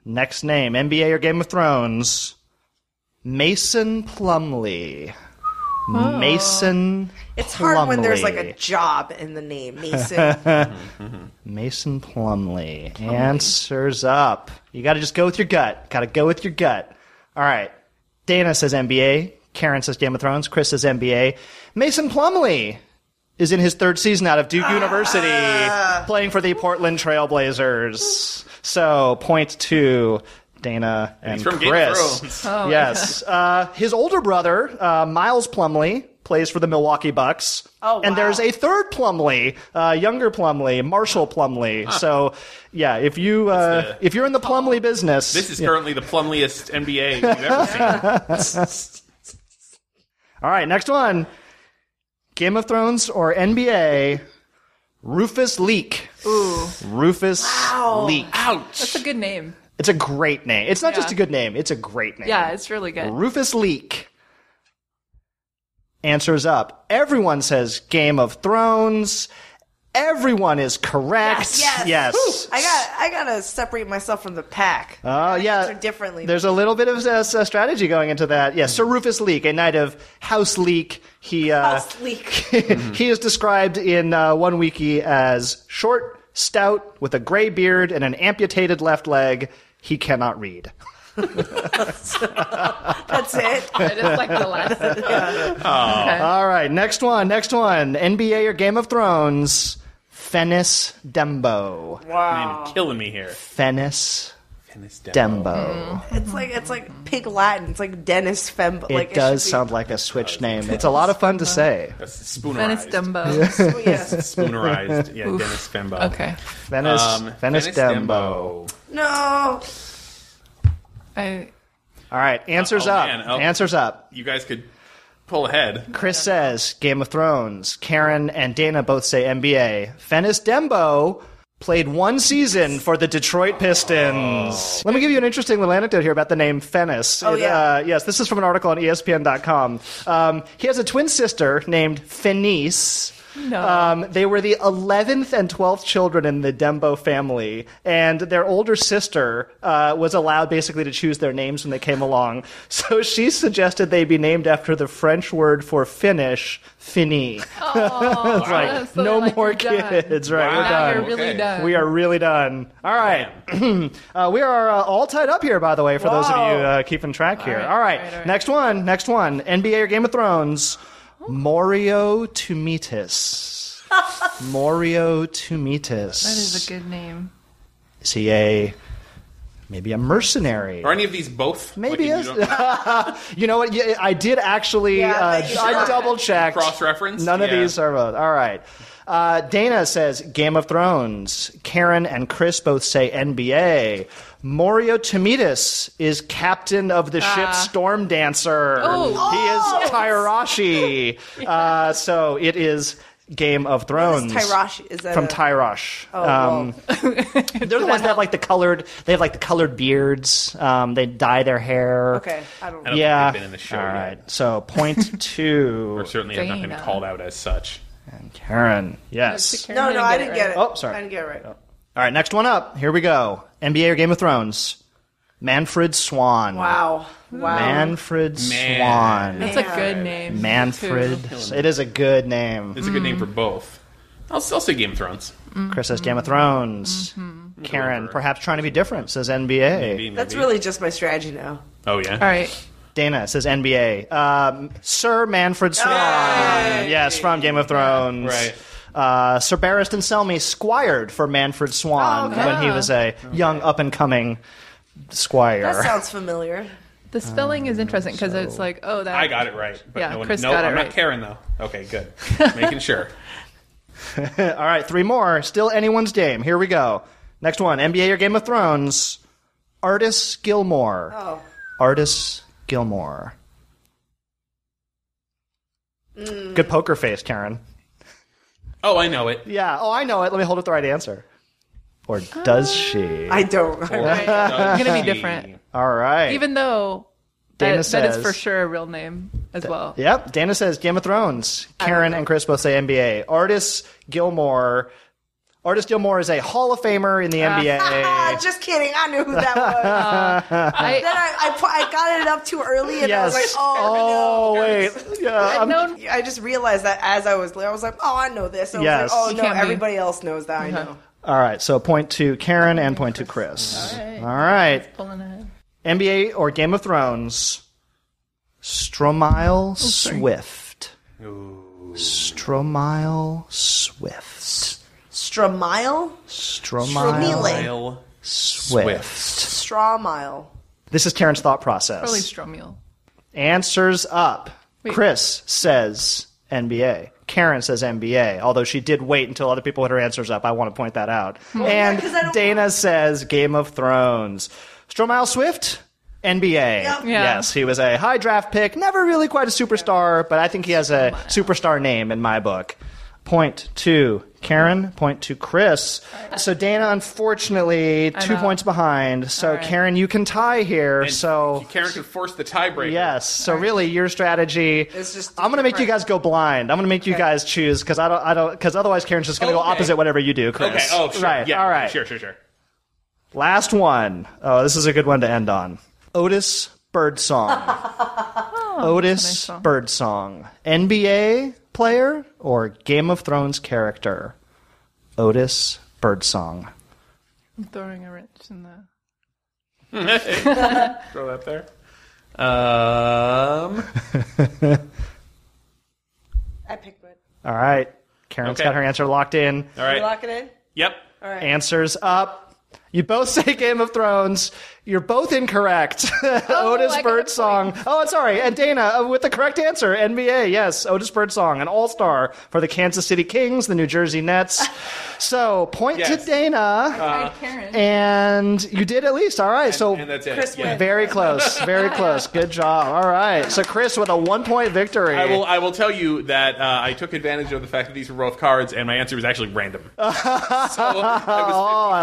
S2: Next name, NBA or Game of Thrones? Mason Plumley. Mason.
S1: It's hard when there's like a
S2: Plumlee.
S1: job in the name, Mason.
S2: Mason Plumley. Answers up. You got to just go with your gut. Got to go with your gut. All right. Dana says NBA. Karen says Game of Thrones. Chris says NBA. Mason Plumley is in his third season out of Duke University playing for the Portland Trailblazers. So point to Dana and
S4: He's from Game of
S2: Chris.
S4: Thrones.
S3: Oh,
S2: yes. Uh, his older brother, uh, Miles Plumley, plays for the Milwaukee Bucks.
S1: Oh,
S2: And
S1: wow.
S2: there's a third Plumley, uh, younger Plumley, Marshall Plumley. So, yeah, if you uh, if you're in the Plumley business,
S4: This is currently the plumliest NBA you've ever seen.
S2: all right. Next one, Game of Thrones or NBA? Rufus Leak.
S3: Ooh,
S2: Rufus Leak.
S4: Ouch!
S3: it's a good name.
S2: It's a great name. It's not just
S3: Yeah.
S2: a good name. It's a great name.
S3: Yeah, it's really good.
S2: Rufus Leak answers up. Everyone says Game of Thrones. Everyone is correct.
S1: Yes, yes.
S2: Yes.
S1: I got I gotta separate myself from the pack.
S2: Uh,
S1: Answer
S2: yeah.
S1: differently.
S2: There's a little bit of uh, s- uh, strategy going into that. Yes. Sir Rufus Leak, a knight of House Leak. He uh,
S1: House leak.
S2: he is described in uh, one wiki as short, stout, with a gray beard and an amputated left leg. He cannot read.
S1: That's it.
S3: I just like the last. Okay.
S2: All right, next one, next one. NBA or Game of Thrones? Fennis Dembo.
S4: Man, you're killing me here.
S2: Fennis
S4: Dennis
S2: Dembo.
S1: It's like it's like pig Latin. It's like Dennis Fembo.
S2: It
S1: like
S2: does
S1: should be-
S2: sound like a Switch name. It's a lot of fun to say.
S4: That's spoonerized.
S3: Venice Dumbo.
S1: Oh, yes.
S4: Spoonerized. Yeah, Dennis Fembo.
S3: Okay.
S2: Fennis,
S4: Um,
S2: Fennis,
S4: Dennis
S2: Dembo.
S4: Dembo.
S1: no.
S3: I
S2: All right, answers
S4: Oh,
S2: up.
S4: man, oh.
S2: Answers up.
S4: You guys could pull ahead.
S2: Chris says Game of Thrones. Karen and Dana both say NBA. Fennis Dembo played one season for the Detroit Pistons. Let me give you an interesting little anecdote here about the name Fennis.
S1: Oh,
S2: It,
S1: yeah.
S2: uh, yes, this is from an article on ESPN.com. Um, he has a twin sister named Fenice.
S3: No.
S2: Um, they were the 11th and 12th children in the Dembo family, and their older sister uh, was allowed basically to choose their names when they came along. So she suggested they be named after the French word for Finnish, Fini.
S3: It's
S2: Oh, like, no more kids, right?
S4: Wow.
S2: We're
S3: Now
S2: done.
S3: you're really
S4: Okay.
S3: done.
S2: We are really done. All right. uh, we are uh, all tied up here, by the way, for those of you uh, keeping track here.
S3: right,
S2: all, right.
S3: all right, Oh. all right.
S2: Next one. Next one. NBA or Game of Thrones? Morio Tumitis. Morio Tumitis.
S3: That is a good name.
S2: Is he a. Maybe a mercenary.
S4: Are any of these both?
S2: Maybe yes.
S4: like, you don't-
S2: You know what? Yeah, I did actually.
S1: Yeah,
S2: uh,
S1: but you
S2: I
S1: should.
S2: double checked.
S4: Cross-referenced?
S2: None of
S4: Yeah.
S2: these are both. All right. Uh, Dana says Game of Thrones. Karen and Chris both say NBA. Morio Tomitis is captain of the
S1: Ah.
S2: ship Storm Dancer.
S3: Oh.
S2: he is Tyrashi. Uh, so it is Game of Thrones.
S1: Tyrosh is that
S2: From um,
S1: a-
S2: Tyrosh.
S1: Oh, well.
S2: They're the ones that have like the colored. They have like the colored beards. Um, they dye their hair.
S1: okay. I don't.
S4: I don't
S2: Yeah.
S4: think they've been in the show
S2: All
S4: yet.
S2: right. So point two,
S4: Or certainly have not been
S3: Dana.
S4: called out as such.
S2: Karen. Yes.
S3: Karen
S1: No, no, I didn't get it.
S3: right.
S2: Oh, sorry.
S1: I didn't get it right.
S2: All right. Next one up. Here we go. NBA or Game of Thrones? Manfred Swan.
S1: Wow. Wow.
S2: Manfred Swan.
S4: Man.
S3: That's a good name.
S2: Manfred.
S3: too.
S2: It is a good name.
S4: It's a good name
S3: Hmm.
S4: for both. I'll, I'll say Game of Thrones.
S2: Chris says Game of Thrones. Karen, perhaps trying to be different, says NBA.
S4: Maybe,
S1: That's
S4: maybe.
S1: really just my strategy now.
S4: Oh yeah.
S3: All right.
S2: Dana says NBA. Um, Sir Manfred Swan. Yes, from Game of Thrones.
S4: Right.
S2: Uh, Sir Barristan Selmy squired for Manfred Swan
S1: Oh, okay.
S2: when he was a young up and coming squire.
S1: That sounds familiar.
S3: The spelling is interesting because it's like, oh, that.
S4: I got it right. But
S3: Yeah,
S4: no one,
S3: Chris
S4: no,
S3: got it
S4: I'm
S3: right.
S4: not Karen though. Okay, good. Making sure.
S2: All right, three more. Still anyone's game. Here we go. Next one NBA or Game of Thrones? Artis Gilmore.
S1: Oh.
S2: Artis Gilmore. Good poker face, Karen.
S4: Oh, I know it.
S2: Yeah. Oh, I know it. Let me hold up the right answer. Uh, Or does she?
S1: I don't.
S4: It's
S3: gonna be different.
S2: All right.
S3: Even though
S2: Dana
S3: that, that
S2: says-
S3: is for sure a real name as well.
S2: Yep. Dana says Game of Thrones. Karen and Chris both say NBA. Artis Gilmore. Artis Gilmore is a Hall of Famer in the
S1: Ah,
S2: NBA.
S1: just kidding. I knew who that was. then
S3: I,
S1: I, I, pu- I got it up too early, and I was
S2: yes.
S1: like, oh,
S2: Oh, wait. Yeah.
S3: I've
S2: I'm-
S3: known.
S1: no. I just realized that as I was there, I was like, oh, I know this. And I
S2: Yes.
S1: was
S2: You
S1: like, oh, no,
S3: can't be.
S1: everybody else knows that. I know.
S2: All right. So point to Karen and point to Chris. All right.
S3: Pulling ahead.
S2: NBA or Game of Thrones?
S3: Oh,
S2: Stromile Swift. Stromile Swift.
S1: Stramile?
S2: Stromile
S1: Stromile.
S4: Kyle
S2: Swift.
S1: Strawmile.
S2: This is Karen's thought process.
S3: Probably Stromule.
S2: Answers up.
S3: Wait.
S2: Chris says NBA. Karen says NBA, although she did wait until other people had her answers up. I want to point that out. and
S1: 'cause I don't-
S2: Dana says Game of Thrones. Stromile Swift, NBA.
S1: Yep.
S3: Yeah.
S2: Yes, he was a high draft pick, never really quite a superstar, but I think he has a superstar name in my book. Point to Karen, point to Chris. So Dana, unfortunately, two
S3: out.
S2: points behind. So
S3: right.
S2: Karen, you can tie here.
S4: And
S2: so
S4: Karen can force the tiebreaker.
S2: Yes. So really, your strategy.
S1: It's just-
S2: I'm gonna make you guys go blind. I'm gonna make you guys choose because I don't. I don't. Because otherwise, Karen's just gonna
S4: Oh,
S2: go
S4: okay.
S2: opposite whatever you do, Chris.
S4: Okay. Oh, sure.
S2: Right.
S4: Yeah.
S2: All right.
S4: Sure. Sure. Sure.
S2: Last one. Oh, this is a good one to end on. Otis Birdsong. Otis
S3: song.
S2: Birdsong. NBA player or Game of Thrones character? Otis Birdsong.
S3: I'm throwing a wrench in the.
S4: Throw that there. Um.
S1: I picked one.
S2: All right. Karen's
S4: Okay.
S2: got her answer locked in.
S4: All
S1: You
S4: right.
S1: lock it in?
S4: Yep.
S2: Answers up. You both say Game of Thrones. You're both incorrect. Otis
S3: Oh, I got a
S2: Birdsong. Oh, sorry. And Dana uh, with the correct answer. NBA, yes. Otis Birdsong, an all star for the Kansas City Kings, the New Jersey Nets. So point
S4: Yes. Uh-huh.
S2: to Dana.
S3: Hi, Karen.
S2: and you did at least. All right. so
S4: And that's it.
S1: Chris
S4: Yeah.
S1: wins.
S2: very close. Very close. Good job. All right. So Chris with a one point victory.
S4: I will. I will tell you that uh, I took advantage of the fact that these were both cards, and my answer was actually random. so
S2: Oh, I
S4: I was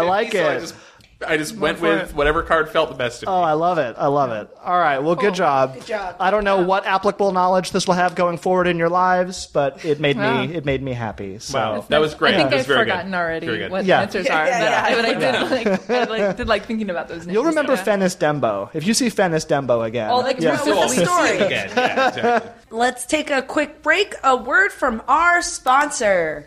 S4: 50-50,
S2: like
S4: so I
S2: it.
S4: just, I just went
S3: for
S4: with
S3: it.
S4: whatever card felt the best to me.
S2: Oh, I love it. I love it. All right. Well, good job. Good
S1: Oh, job.
S2: I don't know what applicable knowledge this will have going forward in your lives, but it made
S3: Wow.
S2: me it made me happy. So.
S4: Wow, that was great.
S3: I think
S4: That was
S3: I've
S4: very good.
S3: forgotten
S4: Very
S3: already
S4: good.
S3: what
S2: Yeah.
S3: the answers are,
S1: yeah,
S3: but, but I did like, I like, did like thinking about those names.
S2: You'll remember
S3: Yeah.
S2: Fennis Dembo if you see Fennis Dembo again.
S1: Oh, like,
S2: yes.
S1: What's the
S4: Cool.
S1: story?
S4: Again, yeah, exactly.
S1: Let's take a quick break. A word from our sponsor.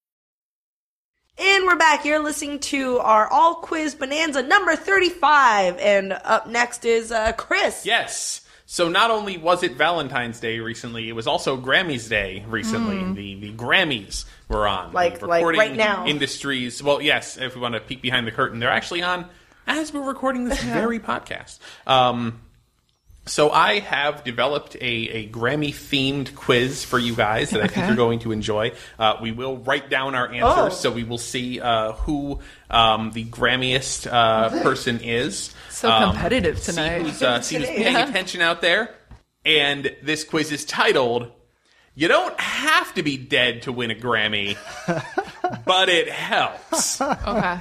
S1: And we're back. You're listening to our All Quiz Bonanza number 35. And up next is uh, Chris.
S4: Yes. So not only was it Valentine's Day recently, it was also Grammys Day recently. The the Grammys were on.
S1: Hmm. Like-
S4: the
S1: like
S4: recording
S1: right now.
S4: Industries. Well, yes. If we want to peek behind the curtain, they're actually on as we're recording this very podcast. Um, so I have developed a, a Grammy themed quiz for you guys that I think you're going to enjoy. Uh, we will write down our
S1: Oh.
S4: answers, so we will see uh, who um, the Grammiest uh, person is.
S3: So
S4: Um,
S3: competitive
S4: see
S3: tonight.
S4: who's, uh, see who's paying
S3: Yeah.
S4: attention out there. And this quiz is titled "You Don't Have to Be Dead to Win a Grammy, but It Helps."
S3: Okay.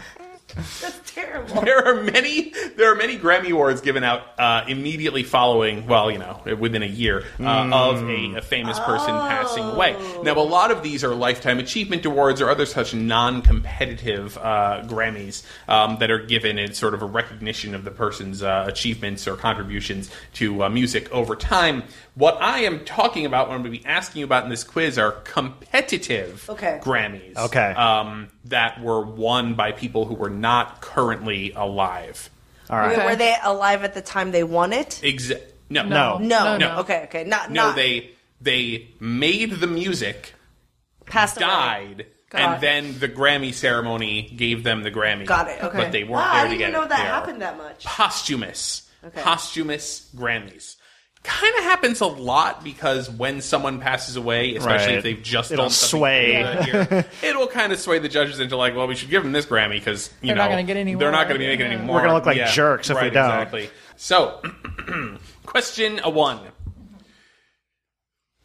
S1: That's terrible.
S4: there are many there are many Grammy awards given out uh, immediately following, well, you know, within a year uh, of a, a famous person
S1: Oh.
S4: passing away. Now, a lot of these are lifetime achievement awards or other such non-competitive uh, Grammys um, that are given in sort of a recognition of the person's uh, achievements or contributions to uh, music over time. What I am talking about, what I'm going to be asking you about in this quiz, are competitive
S1: Okay.
S4: Grammys
S2: Okay.
S4: um, that were won by people who were not currently alive.
S1: Were- Were they alive at the time they won it?
S4: Ex- no,
S2: No.
S1: No.
S3: No, no.
S1: Okay, okay. Not,
S4: no.
S1: not
S4: They they made the music,
S1: passed away.
S4: died,
S3: Got
S4: and
S3: it.
S4: then the Grammy ceremony gave them the Grammy.
S1: Got it, okay.
S4: But they weren't
S1: Wow,
S4: there
S1: I
S4: to
S1: didn't
S4: get
S1: even know
S4: it.
S1: that
S4: They are
S1: happened that much.
S4: Posthumous,
S1: Okay.
S4: posthumous Grammys. kind of happens a lot because when someone passes away, especially
S2: Right.
S4: if they've just
S2: It'll
S4: done something
S2: sway.
S4: cool that year, it'll kind of sway the judges into like, well, we should give them this Grammy because you
S3: They're
S4: know
S3: not gonna get any
S4: they're not
S3: more.
S4: going to be making any more.
S2: gonna look like jerks if we
S4: right,
S2: don't.
S4: Exactly. So, question uh, one.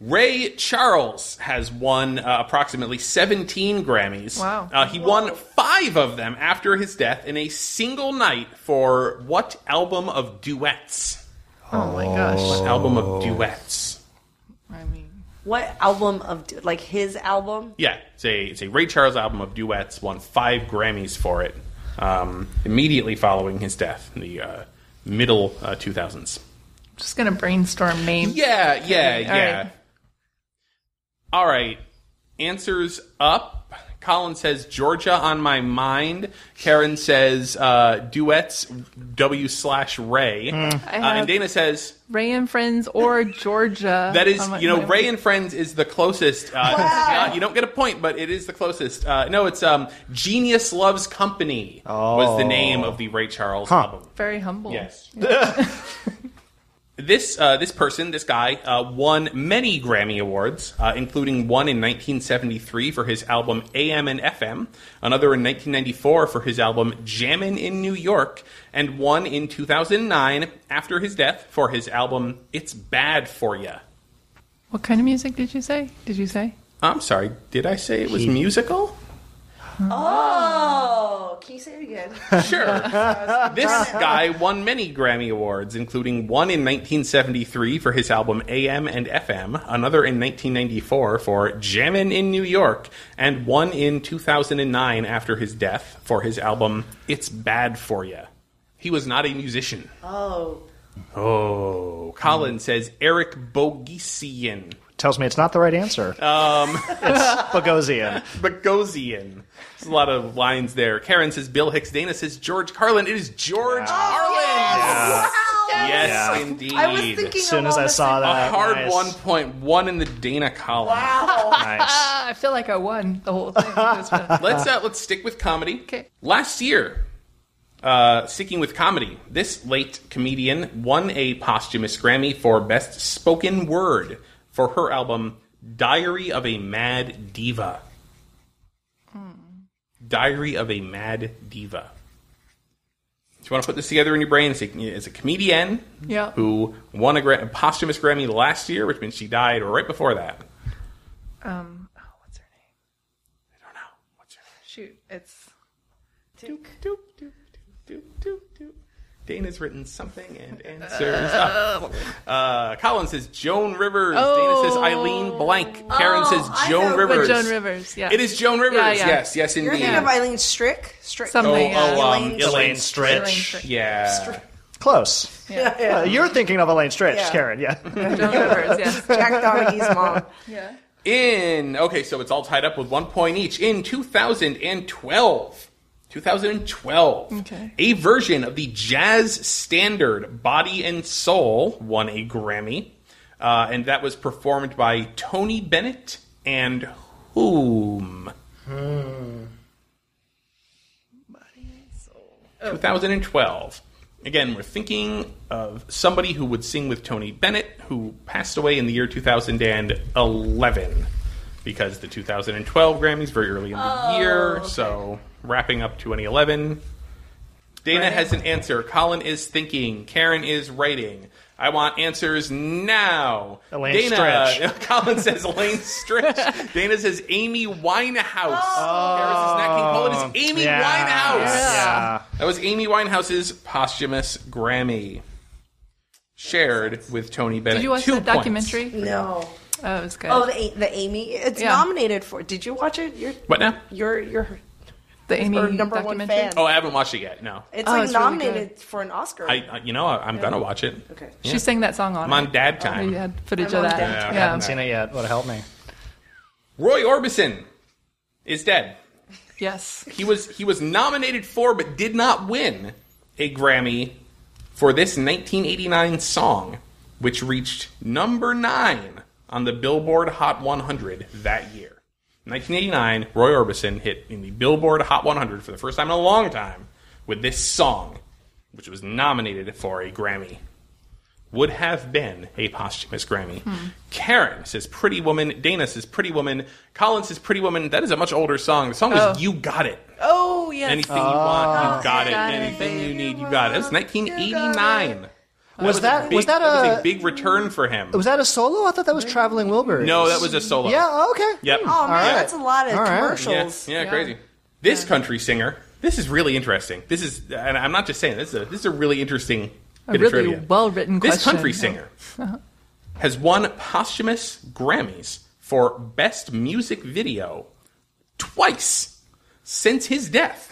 S4: Ray Charles has won uh, approximately 17 Grammys.
S3: Wow.
S4: Uh, he won five of them after his death in a single night for what album of duets?
S3: Oh my gosh.
S4: Album of duets.
S3: I mean,
S1: What album of like his album?
S4: Yeah, it's a it's a Ray Charles album of duets. Won five Grammys for it. Um, immediately following his death, in the uh, middle uh, two thousands.
S3: just gonna brainstorm names.
S4: Yeah, yeah,
S3: all
S4: yeah.
S3: right.
S4: All right, answers up. Colin says Georgia on my mind. Karen says uh, duets W slash Ray, uh, and
S3: Hmm. have-
S4: Dana says
S3: Ray and Friends or Georgia.
S4: That is,
S3: I'm like,
S4: you know,
S3: my-
S4: Ray and Friends is the closest. Uh, it's not- you don't get a point, but it is the closest. Uh, no, it's um, Genius Loves Company was the name of the Ray Charles album.
S3: very humble.
S4: Yes. this uh, this person, this guy, uh, won many Grammy awards, uh, including one in 1973 for his album AM and FM, another in 1994 for his album Jammin' in New York, and one in 2009 after his death for his album It's Bad for Ya.
S3: What kind of music did you say? Did you say?
S4: I'm sorry, did I say it was musical?
S1: Oh, can you say it again?
S4: Sure. this guy won many Grammy Awards, including one in 1973 for his album AM and FM, another in 1994 for Jammin' in New York, and one in 2009 after his death for his album It's Bad for Ya. He was not a musician.
S1: Oh,
S4: Oh. Colin says Eric Bogisian.
S2: Tells me it's not the right answer. Um, it's Bogosian.
S4: Bogosian. There's a lot of lines there. Karen says Bill Hicks. Dana says George Carlin. It is George Carlin.
S1: Oh, wow.
S4: Yes,
S2: Yeah.
S4: indeed.
S1: I was thinking uh,
S2: As soon
S1: along
S2: as I
S1: the
S2: saw
S1: same-
S4: a
S2: that,
S4: hard
S2: nice.
S4: 1.1 in the Dana column.
S1: Wow.
S2: Nice.
S3: I feel like I won the whole thing. It's been-
S4: Let's uh, let's stick with comedy.
S3: Okay.
S4: Last year, uh, sticking with comedy, this late comedian won a posthumous Grammy for best spoken word for her album "Diary of a Mad Diva."
S1: Hmm.
S4: Diary of a Mad Diva. Do you want to put this together in your brain? It's a, it's a comedian
S3: Yeah.
S4: who won a, gra- a posthumous Grammy last year, which means she died right before that.
S3: Um, oh, what's her name?
S4: I don't know. What's her name?
S3: Shoot, it's
S4: Doop, doop, doop, doop, doop, doop. Dana's written something and answers
S3: Oh.
S4: up. Uh, Colin says Joan Rivers. Dana says Eileen Blank. Karen
S3: Oh,
S4: says
S1: know
S4: Joan
S1: who-
S4: Rivers.
S3: Joan Rivers. Yeah,
S4: It is Joan Rivers.
S3: Yeah, yeah.
S4: Yes, yes,
S1: You're
S4: indeed.
S1: thinking of Eileen Strick? Strick.
S4: oh,
S3: something.
S4: oh,
S3: uh,
S4: um,
S1: Elaine-
S4: Elaine
S2: Elaine
S4: Str-
S2: Stritch.
S4: Yeah.
S2: Close.
S1: Yeah, yeah.
S2: Uh, you're thinking of Elaine Stritch,
S1: Yeah.
S2: Karen. Yeah.
S3: Joan Rivers. Yes.
S1: Jack Donaghy's mom.
S3: yeah.
S4: In okay, so it's all tied up with one point each. In 2012, 2012,
S3: Okay.
S4: a version of the jazz standard "Body and Soul" won a Grammy, uh, and that was performed by Tony Bennett and whom? 2012. Again, we're thinking of somebody who would sing with Tony Bennett, who passed away in the year 2011, because the 2012 Grammys very early in the year. So wrapping up 2011. Dana has an answer. Colin is thinking. Karen is writing. I want answers now.
S2: Elaine
S4: Dana.
S2: Stritch.
S4: Colin says Elaine Stritch. Dana says Amy Winehouse. Karen says Nat King Cole. It is Amy
S2: Yeah.
S4: Winehouse.
S2: Yeah.
S4: That was Amy Winehouse's posthumous Grammy, shared with Tony Bennett.
S3: Did you watch
S4: Two
S3: that
S4: points.
S3: documentary?
S1: No.
S3: Oh, it was good.
S1: Oh, the A- the Amy. It's
S3: Yeah.
S1: nominated for. Did you watch it? You're
S4: What now?
S1: You're you're
S3: the Amy
S1: our number one
S3: documentary.
S1: fan.
S4: Oh, I haven't watched it yet. No,
S1: It's
S3: Oh,
S1: like
S3: it's really
S1: nominated
S3: good.
S1: for an Oscar.
S4: I, I you know I, I'm gonna watch it.
S1: okay.
S3: She sang that song on.
S4: I'm on
S3: it.
S4: dad
S3: We
S4: time.
S3: had footage
S1: I'm on
S3: of that.
S1: dad.
S4: Yeah.
S3: Yeah.
S2: Haven't seen it yet. Would have helped me.
S4: Roy Orbison is dead.
S3: Yes.
S4: He was he was nominated for but did not win a Grammy for this 1989 song, which reached number nine on the Billboard Hot 100 that year. 1989, Roy Orbison hit in the Billboard Hot 100 for the first time in a long time with this song, which was nominated for a Grammy. would have been a posthumous Grammy. Karen says Pretty Woman. Dana says Pretty Woman. Collins says Pretty Woman. That is a much older song. The song is You Got It.
S3: Oh yes.
S4: Anything you
S1: Uh,
S2: Ah.
S4: want, you got it. Anything you need, you got it. It's 1989.
S2: Was that- was
S4: big-
S2: that
S4: that was
S2: a-
S4: a big return for him?
S2: Was that a solo? I thought that was Traveling Wilburys.
S4: no, that was a solo.
S2: Yeah. Okay.
S4: Yep.
S1: Oh man,
S2: right.
S1: that's a lot of
S2: All right.
S4: Yeah,
S1: commercials.
S4: yeah, crazy. This country singer. This is really interesting. This is, and I'm not just saying this. Is a, this is a really interesting,
S3: A
S4: bit of
S3: really
S4: trivia.
S3: well-written
S4: This
S3: question.
S4: country singer has won posthumous Grammys for best music video twice since his death.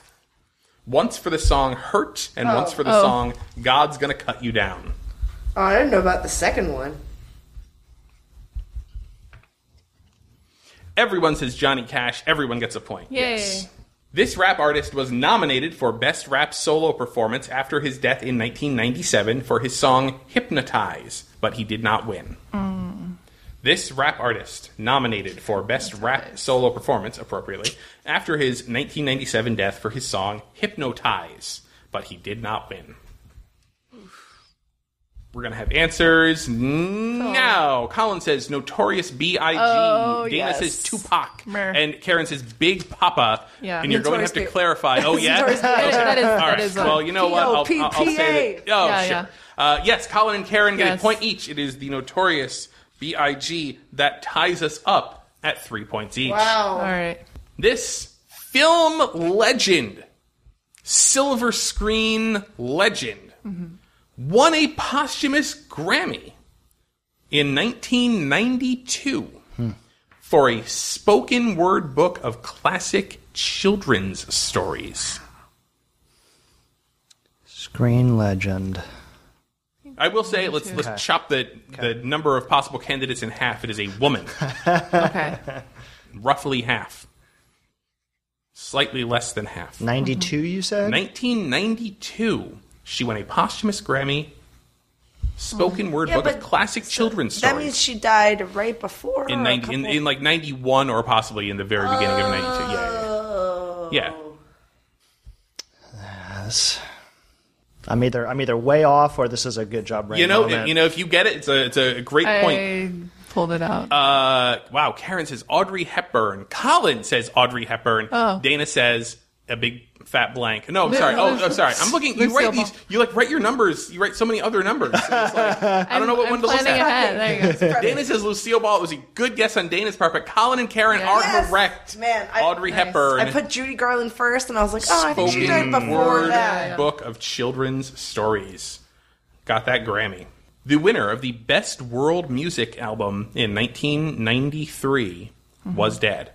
S4: Once for the song "Hurt" and once for
S3: Oh.
S4: the song "God's Gonna Cut You Down."
S1: Oh, I didn't know about the second one.
S4: Everyone says Johnny Cash. Everyone gets a point.
S3: Yay.
S4: This rap artist was nominated for Best Rap Solo Performance after his death in 1997 for his song Hypnotize, but he did not win.
S3: Mm.
S4: This rap artist, nominated for Best Rap Solo Performance, appropriately, after his 1997 death for his song Hypnotize, but he did not win. We're going to have answers now. Colin says Notorious B.I.G. Dana
S3: Oh, yes.
S4: says Tupac.
S3: Mer.
S4: And Karen says Big Papa.
S3: Yeah.
S4: And you're going to have
S1: Notorious B-
S4: to clarify. Oh, yeah?
S1: Notorious B-
S4: Okay.
S3: That is-
S4: All
S3: that
S4: right.
S3: is a
S4: Well, you know what? I'll, I'll- I'll say that.
S1: P-O-P-P-A.
S4: Oh,
S3: Yeah,
S4: sure.
S3: yeah.
S4: Uh, yes, Colin and Karen get a
S3: Yes.
S4: point each. It is the notorious B.I.G. that ties us up at three points each.
S3: All right.
S4: This film legend, silver screen legend, won a posthumous Grammy in 1992 for a spoken word book of classic children's stories.
S2: Screen legend.
S4: I will say, let's let's chop the the number of possible candidates in half. It is a woman,
S3: Okay.
S4: roughly half, slightly less than half.
S2: 92, you said?
S4: 1992, she won a posthumous Grammy spoken word
S1: Yeah,
S4: book of
S1: but-
S4: classic children's
S1: That
S4: stories
S1: means she died right before.
S4: in, 90, in in like 91 or possibly in the very beginning of 92. Yeah,
S1: Oh.
S4: yeah, yeah. yeah.
S2: Yes. I'm either I'm either way off or this is a good job. Rain
S4: You know,
S2: moment.
S4: you know, if you get it, it's a it's a great point.
S3: I pulled it out.
S4: Uh, wow, Karen says Audrey Hepburn. Colin says Audrey Hepburn.
S3: Oh.
S4: Dana says a big fat blank. No, I'm sorry. Oh, I'm sorry. I'm looking. You
S3: Lucille
S4: write these.
S3: Ball.
S4: You like write your numbers. You write so many other numbers. It's like, I don't know what
S3: I'm
S4: one to look
S3: planning
S4: at.
S3: ahead. There you go.
S4: Dana says Lucille Ball. It was a good guess on Dana's part, but Colin and Karen are
S1: Yes.
S4: correct.
S1: Man, I-
S4: Audrey
S1: Nice.
S4: Hepburn.
S1: I put Judy Garland first, and I was like, oh, I think she died
S4: spoken
S1: before
S4: word
S1: that.
S4: book of children's stories. Got that Grammy. The winner of the best world music album in 1993 was dead.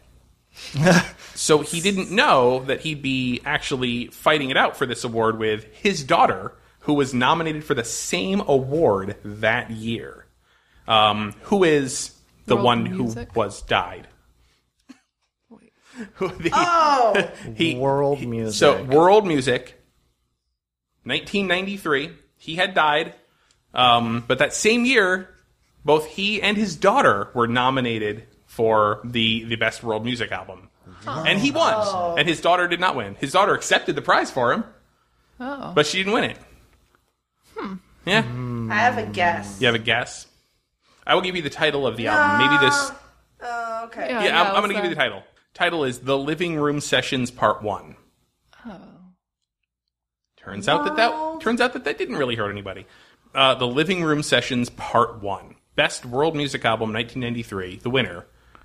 S4: so he didn't know that he'd be actually fighting it out for this award with his daughter, who was nominated for the same award that year. Um, who is the
S3: World
S4: one
S3: music?
S4: who was died? Who the- he,
S2: world music.
S4: so world music, 1993. He had died, um, but that same year, both he and his daughter were nominated for the the best world music album, and he won. And his daughter did not win. His daughter accepted the prize for him,
S3: Oh.
S4: but she didn't win it. Hmm. Yeah.
S1: I have a guess.
S4: You have a guess? I will give you the title of the album. Maybe this.
S1: Oh, okay.
S4: Yeah, I'm, I'm going to give you the title. Title is The Living Room Sessions Part One.
S3: title.
S4: Turns out that that turns out that that didn't really hurt anybody. Uh, the Living Room Sessions Part One, Best World Music Album, 1993. The winner,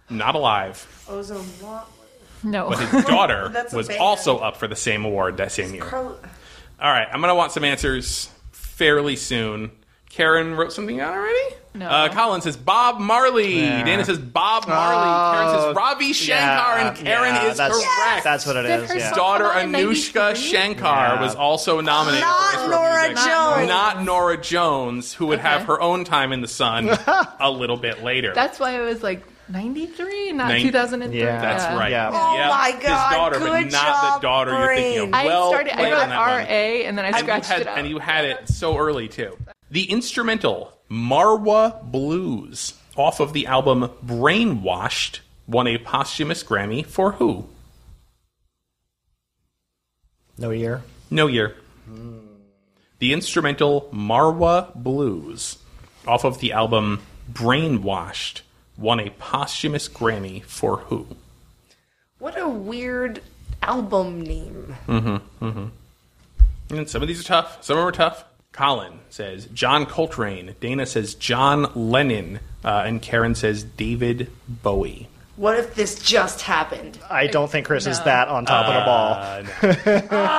S4: not alive,
S1: Ozone wa-
S3: No.
S4: but his daughter
S1: That's a
S4: was
S1: band.
S4: also up for the same award that same year.
S1: Carl-
S4: All right, I'm gonna want some answers fairly soon. Karen wrote something out already.
S3: No.
S4: Uh, Colin says Bob Marley. Dana says Bob Marley. Karen says Ravi Shankar,
S2: Oh, Yeah,
S4: and Karen
S2: yeah,
S4: is
S2: that's,
S4: correct.
S2: That's what it
S3: Did
S2: is.
S3: her
S2: Yeah.
S3: song-
S4: daughter
S3: Come on, in
S4: Anushka
S3: 93?
S4: Shankar
S2: Yeah.
S4: was also nominated.
S1: Not
S4: for Best
S1: Nora
S4: World Music.
S1: Jones.
S4: Not Nora Jones, who would have
S3: Okay.
S4: her own time in the sun a little bit later.
S3: That's why it was like 93, not
S4: Nin-
S3: 2003.
S2: Yeah.
S4: That's right.
S2: Yeah.
S1: Oh
S4: Yep.
S1: my
S4: His
S1: God,
S4: daughter, but
S1: good
S4: not
S1: job,
S4: the daughter you're thinking of.
S1: brain.
S3: I
S4: well
S3: started. I
S4: played
S3: wrote
S4: on that one.
S3: RA, and then I
S4: And you,
S3: scratched
S4: had,
S3: it out.
S4: and you had it so early too. The instrumental Marwa Blues off of the album Brainwashed won a posthumous Grammy for who?
S2: No year.
S4: No year. The instrumental Marwa Blues off of the album Brainwashed won a posthumous Grammy for who?
S1: What a weird album name.
S4: Mm-hmm. And some of these are tough. Some of them are tough. Colin says John Coltrane. Dana says John Lennon. Uh, and Karen says David Bowie.
S1: What if this just happened?
S2: I don't think Chris is that on top of the ball.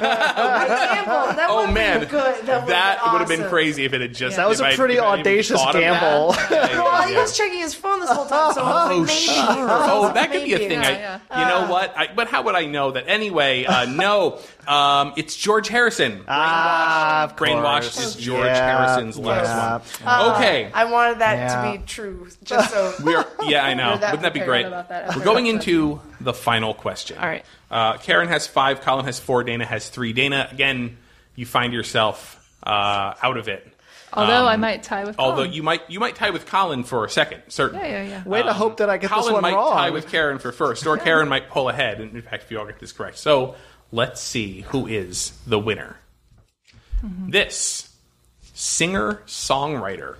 S1: Gamble, that
S4: Oh
S1: would've been
S4: man,
S1: good. That,
S4: would have been
S1: awesome.
S4: crazy if it had just.
S2: That was
S4: if
S2: a
S4: I-
S2: pretty
S4: if I even
S2: audacious
S4: thought of that.
S2: gamble.
S4: Yeah, yeah,
S1: Well, he
S4: yeah.
S1: was checking his phone this whole time, so I
S4: Oh,
S1: was like, maybe.
S4: sure. Oh, that could be a
S1: Maybe.
S4: thing.
S3: Yeah,
S4: I,
S3: yeah.
S4: You
S1: Uh.
S4: know what? I, but how would I know that anyway? Uh, no, um, it's George Harrison.
S2: Ah, of
S4: Uh, Brainwashed
S2: course.
S4: is George
S2: Yeah,
S4: Harrison's last one. Okay.
S1: I wanted that
S2: Yeah.
S1: to be true, just so.
S4: we are, yeah, I know.
S3: We're that
S4: Wouldn't that be
S3: prepared
S4: great?
S3: about that
S4: We're
S3: after
S4: going
S3: that.
S4: into the final question.
S3: All right.
S4: Uh, Karen has five. Colin has four. Dana has three. Dana, again, you find yourself uh, out of it.
S3: Although I might tie with
S4: um, Although
S3: Colin.
S4: you might you might tie with Colin for a second, certainly.
S3: Oh. Yeah, yeah, yeah.
S2: Way to hope that I get
S4: Colin
S2: this one
S4: might
S2: wrong.
S4: tie with Karen for first, or Karen might pull ahead. And in fact, if you all get this correct, so let's see who is the winner.
S2: Mm-hmm.
S4: This singer songwriter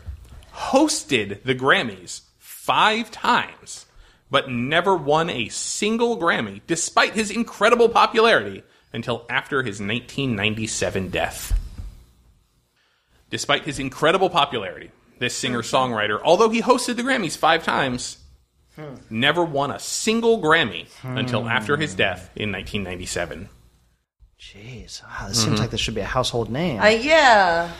S4: hosted the Grammys five times, but never won a single Grammy, despite his incredible popularity until after his 1997 death. Despite his incredible popularity, this singer songwriter, although he hosted the Grammys five times, never won a single Grammy until after his death in 1997.
S2: Jeez, wow, this
S4: Mm-hmm.
S2: seems like this should be a household name.
S1: Uh, yeah.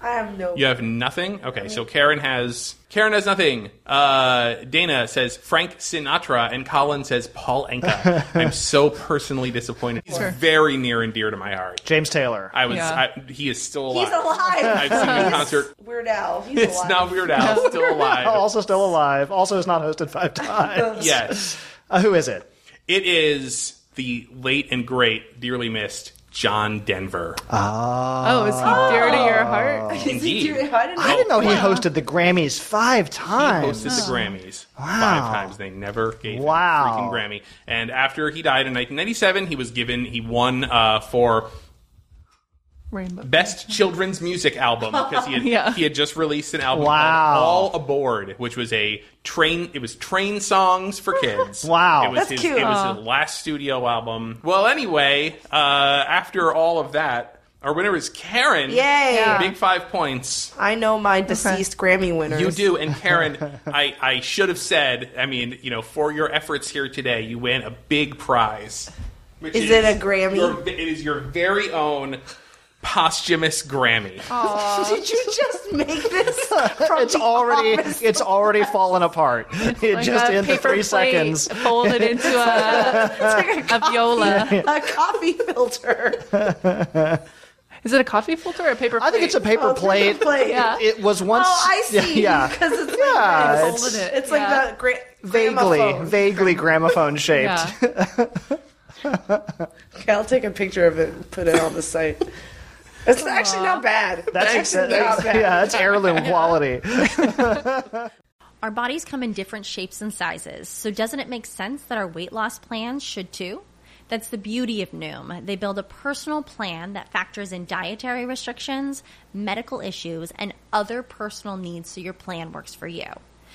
S1: I have no.
S4: You have nothing. Okay, so Karen has Karen has nothing. Uh, Dana says Frank Sinatra, and Colin says Paul Anka. I'm so personally disappointed. He's very near and dear to my heart.
S2: James Taylor.
S4: I was.
S3: Yeah.
S4: I, he is still alive.
S1: He's alive.
S4: I've seen him in
S1: He's
S4: concert.
S1: Weird Al. He's
S4: It's
S1: alive.
S4: not Weird Al. Still alive.
S2: Oh, also still alive. Also is not hosted five times.
S4: Yes,
S2: Uh, who is it?
S4: it is the late and great, dearly missed John Denver.
S3: oh, is he dear to your heart?
S2: Oh.
S1: Is he
S4: Indeed.
S1: doing- I didn't
S4: I
S2: I didn't know he
S4: Wow.
S2: hosted the Grammys five
S4: He
S2: times.
S4: hosted the Grammys five times. They never gave
S2: Wow.
S4: him a freaking Grammy. And after he died in 1997, he was given he won uh, for
S3: Rainbow.
S4: best children's music album because he had,
S3: Yeah.
S4: he had just released an album
S2: Wow.
S4: called All Aboard, which was a train. It was train songs for kids.
S2: Wow.
S4: it was
S1: That's
S4: his,
S1: cute.
S4: It was his last studio album. Well, anyway, uh, after all of that, our winner is Karen.
S1: Yay.
S4: Big five points.
S1: I know my deceased Grammy winners.
S4: You do, and Karen, I, I should have said. I mean, you know, for your efforts here today, you win a big prize. Which
S1: Is it a Grammy?
S4: your- it is your very own posthumous Grammy.
S1: Did you just make this? From
S2: it's
S1: the
S2: already
S1: office?
S2: it's already fallen apart. It
S3: Like
S2: just
S3: a
S2: in the
S3: paper
S2: three
S3: plate
S2: seconds.
S3: Folded into a,
S1: It's
S3: a
S1: like
S3: viola.
S1: a, a coffee filter.
S3: Is it a coffee filter or a paper plate?
S2: I think it's a Oh, paper plate.
S1: plate.
S3: Yeah.
S2: It was once.
S1: Oh, I
S2: yeah,
S1: see.
S2: Yeah.
S1: Because it's like
S2: Yeah,
S1: that.
S2: it's-
S1: it's,
S3: Folded it,
S1: like
S3: yeah.
S1: the gra-
S2: Vaguely,
S1: gramophone.
S2: vaguely gramophone shaped.
S3: Yeah.
S1: Okay, I'll take a picture of it and put it on the site. It's actually not bad.
S2: That's,
S1: actually
S2: that's-
S1: not bad.
S2: yeah, that's heirloom quality.
S5: Our bodies come in different shapes and sizes, so doesn't it make sense that our weight loss plans should too? That's the beauty of Noom. They build a personal plan that factors in dietary restrictions, medical issues, and other personal needs so your plan works for you.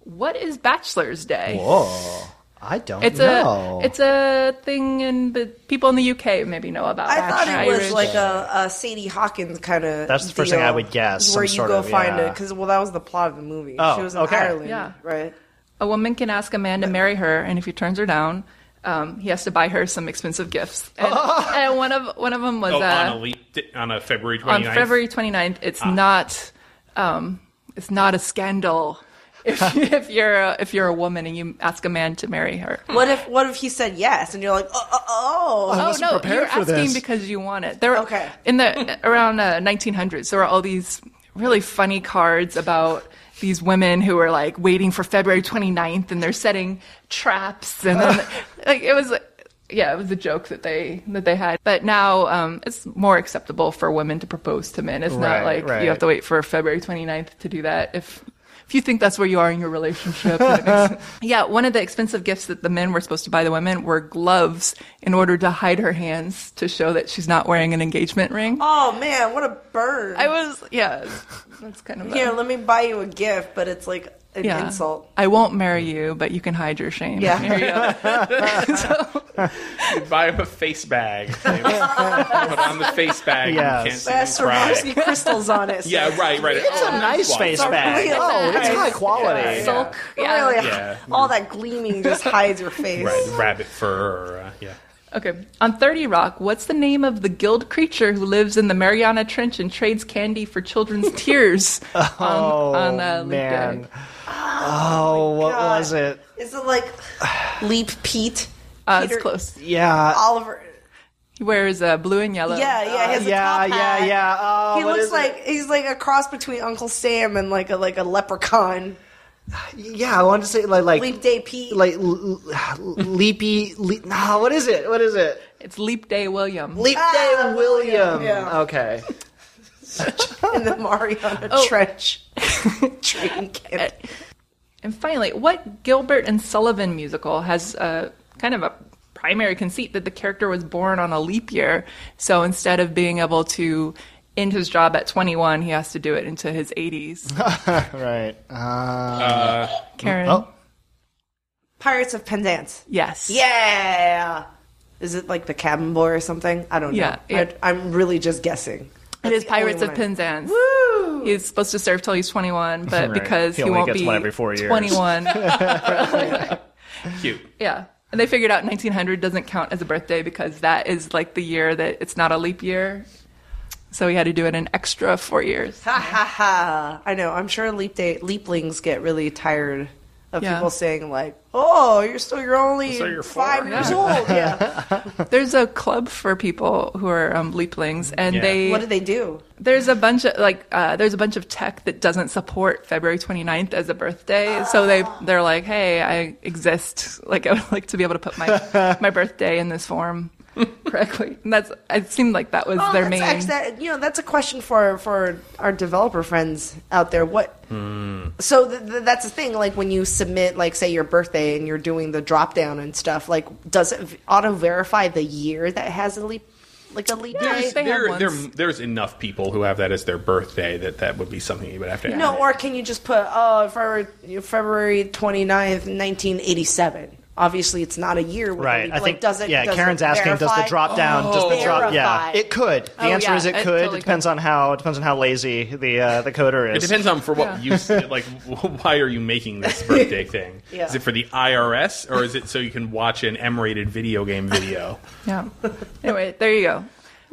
S3: What is Bachelor's Day?
S2: Whoa. I don't
S3: It's
S2: know.
S3: a it's a thing in the people in the UK maybe know about.
S1: I thought it was
S3: Irish.
S1: like a, a Sadie Hawkins kind of.
S2: That's the first thing I would guess, some
S1: Where you
S2: sort
S1: go
S2: of,
S1: find it
S2: yeah.
S1: because well, that was the plot of the movie.
S2: Oh,
S1: she was in
S2: okay.
S1: Ireland,
S3: Yeah.
S1: right?
S3: a woman can ask a man to marry her, and if he turns her down, um, he has to buy her some expensive gifts. And, and one of one of them was
S4: Oh,
S3: uh,
S4: on a Ah. leap di- on a February 29th.
S3: on February 29th. It's not um, it's not a scandal if, if you're a, if you're a woman and you ask a man to marry her.
S1: What if what if he said yes and you're like, oh, oh, oh.
S3: Oh
S2: wasn't
S3: no,
S2: prepared
S3: you're
S2: for
S3: asking
S2: this.
S3: because you want it. There,
S1: Okay.
S3: in the around uh, 1900s, there were all these really funny cards about these women who were like waiting for February 29th and they're setting traps and then like it was. Yeah, it was a joke that they that they had, but now um, it's more acceptable for women to propose to men. It's
S2: Right,
S3: not like
S2: right.
S3: you have to wait for February 29th to do that. If if you think that's where you are in your relationship, then it makes yeah, one of the expensive gifts that the men were supposed to buy the women were gloves in order to hide her hands to show that she's not wearing an engagement ring.
S1: oh man, what a burn!
S3: I was, yeah, that's kind of a-
S1: Here, let me buy you a gift, but it's like an
S3: yeah.
S1: insult.
S3: I won't marry you, but you can hide your shame.
S1: Yeah.
S3: Here you go.
S4: buy him a face bag. Put on the face bag.
S2: Yes.
S4: You can't see
S1: That
S4: him cry.
S1: Swarovski crystals on it. so-
S4: Yeah, right, right. It's
S2: a nice face
S1: a
S2: bag.
S1: real
S2: oh, it's
S1: nice-
S2: high quality.
S3: Sulk. Yeah.
S1: Really,
S4: Yeah.
S1: all that gleaming just hides your face.
S4: Right, rabbit fur. Or, uh, yeah.
S3: Okay. On 30 Rock, what's the name of the guild creature who lives in the Mariana Trench and trades candy for children's tears Um, on,
S1: Oh,
S3: on uh, Leap
S2: Man.
S3: Day?
S2: Oh, what
S1: God.
S2: was it?
S1: Is it like Leap Pete?
S3: Uh, it's
S1: Peter-
S3: close.
S1: Oh,
S2: Yeah.
S1: Oliver.
S3: He He wears uh, blue and yellow.
S1: Yeah, yeah, he has a
S2: yeah,
S1: top hat.
S2: yeah, yeah. Oh,
S1: he
S2: what
S1: looks
S2: is it?
S1: like he's like a cross between Uncle Sam and like a like a leprechaun.
S2: yeah. I wanted to say like like
S1: Leap Day Pete.
S2: like l- l- leapy. Le- no, what is it? What is it?
S3: It's Leap Day William.
S2: Leap Day William.
S1: Ah, yeah.
S2: Okay.
S1: in the Mariana Trench train camp.
S3: And finally, what Gilbert and Sullivan musical has uh, kind of a primary conceit that the character was born on a leap year. So instead of being able to end his job at 21, he has to do it into his 80s.
S2: Right. Uh,
S4: um,
S3: Karen?
S2: oh.
S1: Pirates of Penzance.
S3: Yes.
S1: Yeah. Is it like the cabin boy or something? I don't know.
S3: Yeah, yeah.
S1: I, I'm really just guessing.
S3: It is
S1: the only
S3: Pirates of
S1: one I-
S3: Penzance. He's supposed to serve till he's 21, but
S2: Right.
S3: because
S2: He
S3: he,
S2: only
S3: won't
S2: gets
S3: be
S2: one every four years.
S3: 21,
S4: Cute.
S3: yeah. And they figured out 1900 doesn't count as a birthday because that is like the year that it's not a leap year. So he had to do it an extra four years.
S1: Ha Ah, ha ha! I know. I'm sure leap day leaplings get really tired of
S3: Yeah.
S1: people saying like, "Oh, you're still you're only
S4: So you're four.
S1: five years old." Yeah.
S3: There's a club for people who are um, leaplings, and
S4: Yeah.
S3: they,
S1: what do they do?
S3: there's a bunch of like uh, there's a bunch of tech that doesn't support February 29th as a birthday. So they they're like, hey, I exist. Like I would like to be able to put my my birthday in this form correctly. And that's it seemed like that was
S1: Oh,
S3: their
S1: that's
S3: main.
S1: ex- that- you know, that's a question for for our developer friends out there. What? So th- th- that's the thing. Like when you submit, like say your birthday, and you're doing the drop down and stuff. Like, does it auto verify the year that has a leap, like a leap
S3: Yeah,
S1: day?
S3: they have
S4: There, there,
S3: ones.
S4: there's enough people who have that as their birthday that that would be something you would have to. add.
S1: No, or can you just put oh February February 29th, 1987? Obviously, it's not a year. with a
S2: Right.
S1: leap.
S2: I
S1: like,
S2: think.
S1: does it,
S2: yeah.
S1: does
S2: Karen's
S1: it
S2: asking, does
S1: verify? Oh.
S2: the drop down? Does the drop? Yeah.
S1: Verify.
S2: It could. The
S3: Oh,
S2: answer
S3: yeah,
S2: is it
S3: it
S2: could.
S3: totally
S2: it depends on how. It depends on how lazy the uh, the coder
S4: It
S2: is.
S4: depends on for what use. Like, why are you making this birthday thing?
S1: Yeah.
S4: Is it for the IRS or is it so you can watch an M-rated video game video?
S3: Yeah. Anyway, there you go.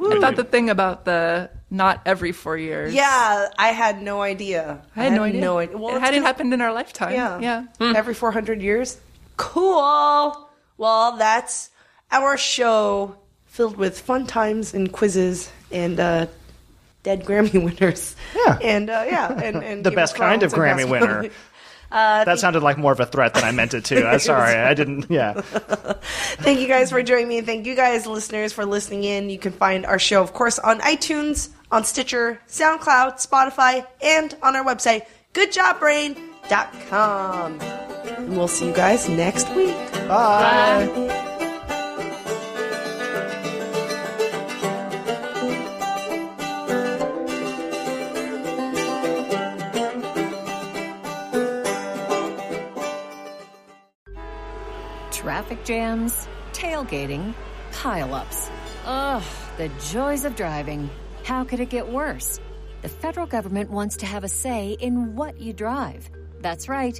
S3: I thought the thing about the not every four years.
S1: Yeah, I had no idea.
S3: I had no idea.
S1: Well,
S3: it
S1: it's
S3: hadn't
S1: 'cause-
S3: happened in our lifetime.
S1: Yeah.
S3: Yeah.
S1: Every 400 years. Cool. Well, that's our show filled with fun times and quizzes and uh, dead Grammy winners.
S2: Yeah.
S1: And uh, yeah, and, and
S2: The
S1: Game
S2: best kind of
S1: Thrones and
S2: Grammy
S1: basketball.
S2: winner. that sounded like more of a threat than I meant it to. I'm sorry. I didn't. Yeah.
S1: Thank you guys for joining me. and Thank you guys, listeners, for listening in. You can find our show, of course, on iTunes, on Stitcher, SoundCloud, Spotify, and on our website, goodjobbrain.com. And we'll see you guys next week.
S2: Bye.
S6: Traffic jams, tailgating, pileups. Ugh, the joys of driving. How could it get worse? The federal government wants to have a say in what you drive. That's right.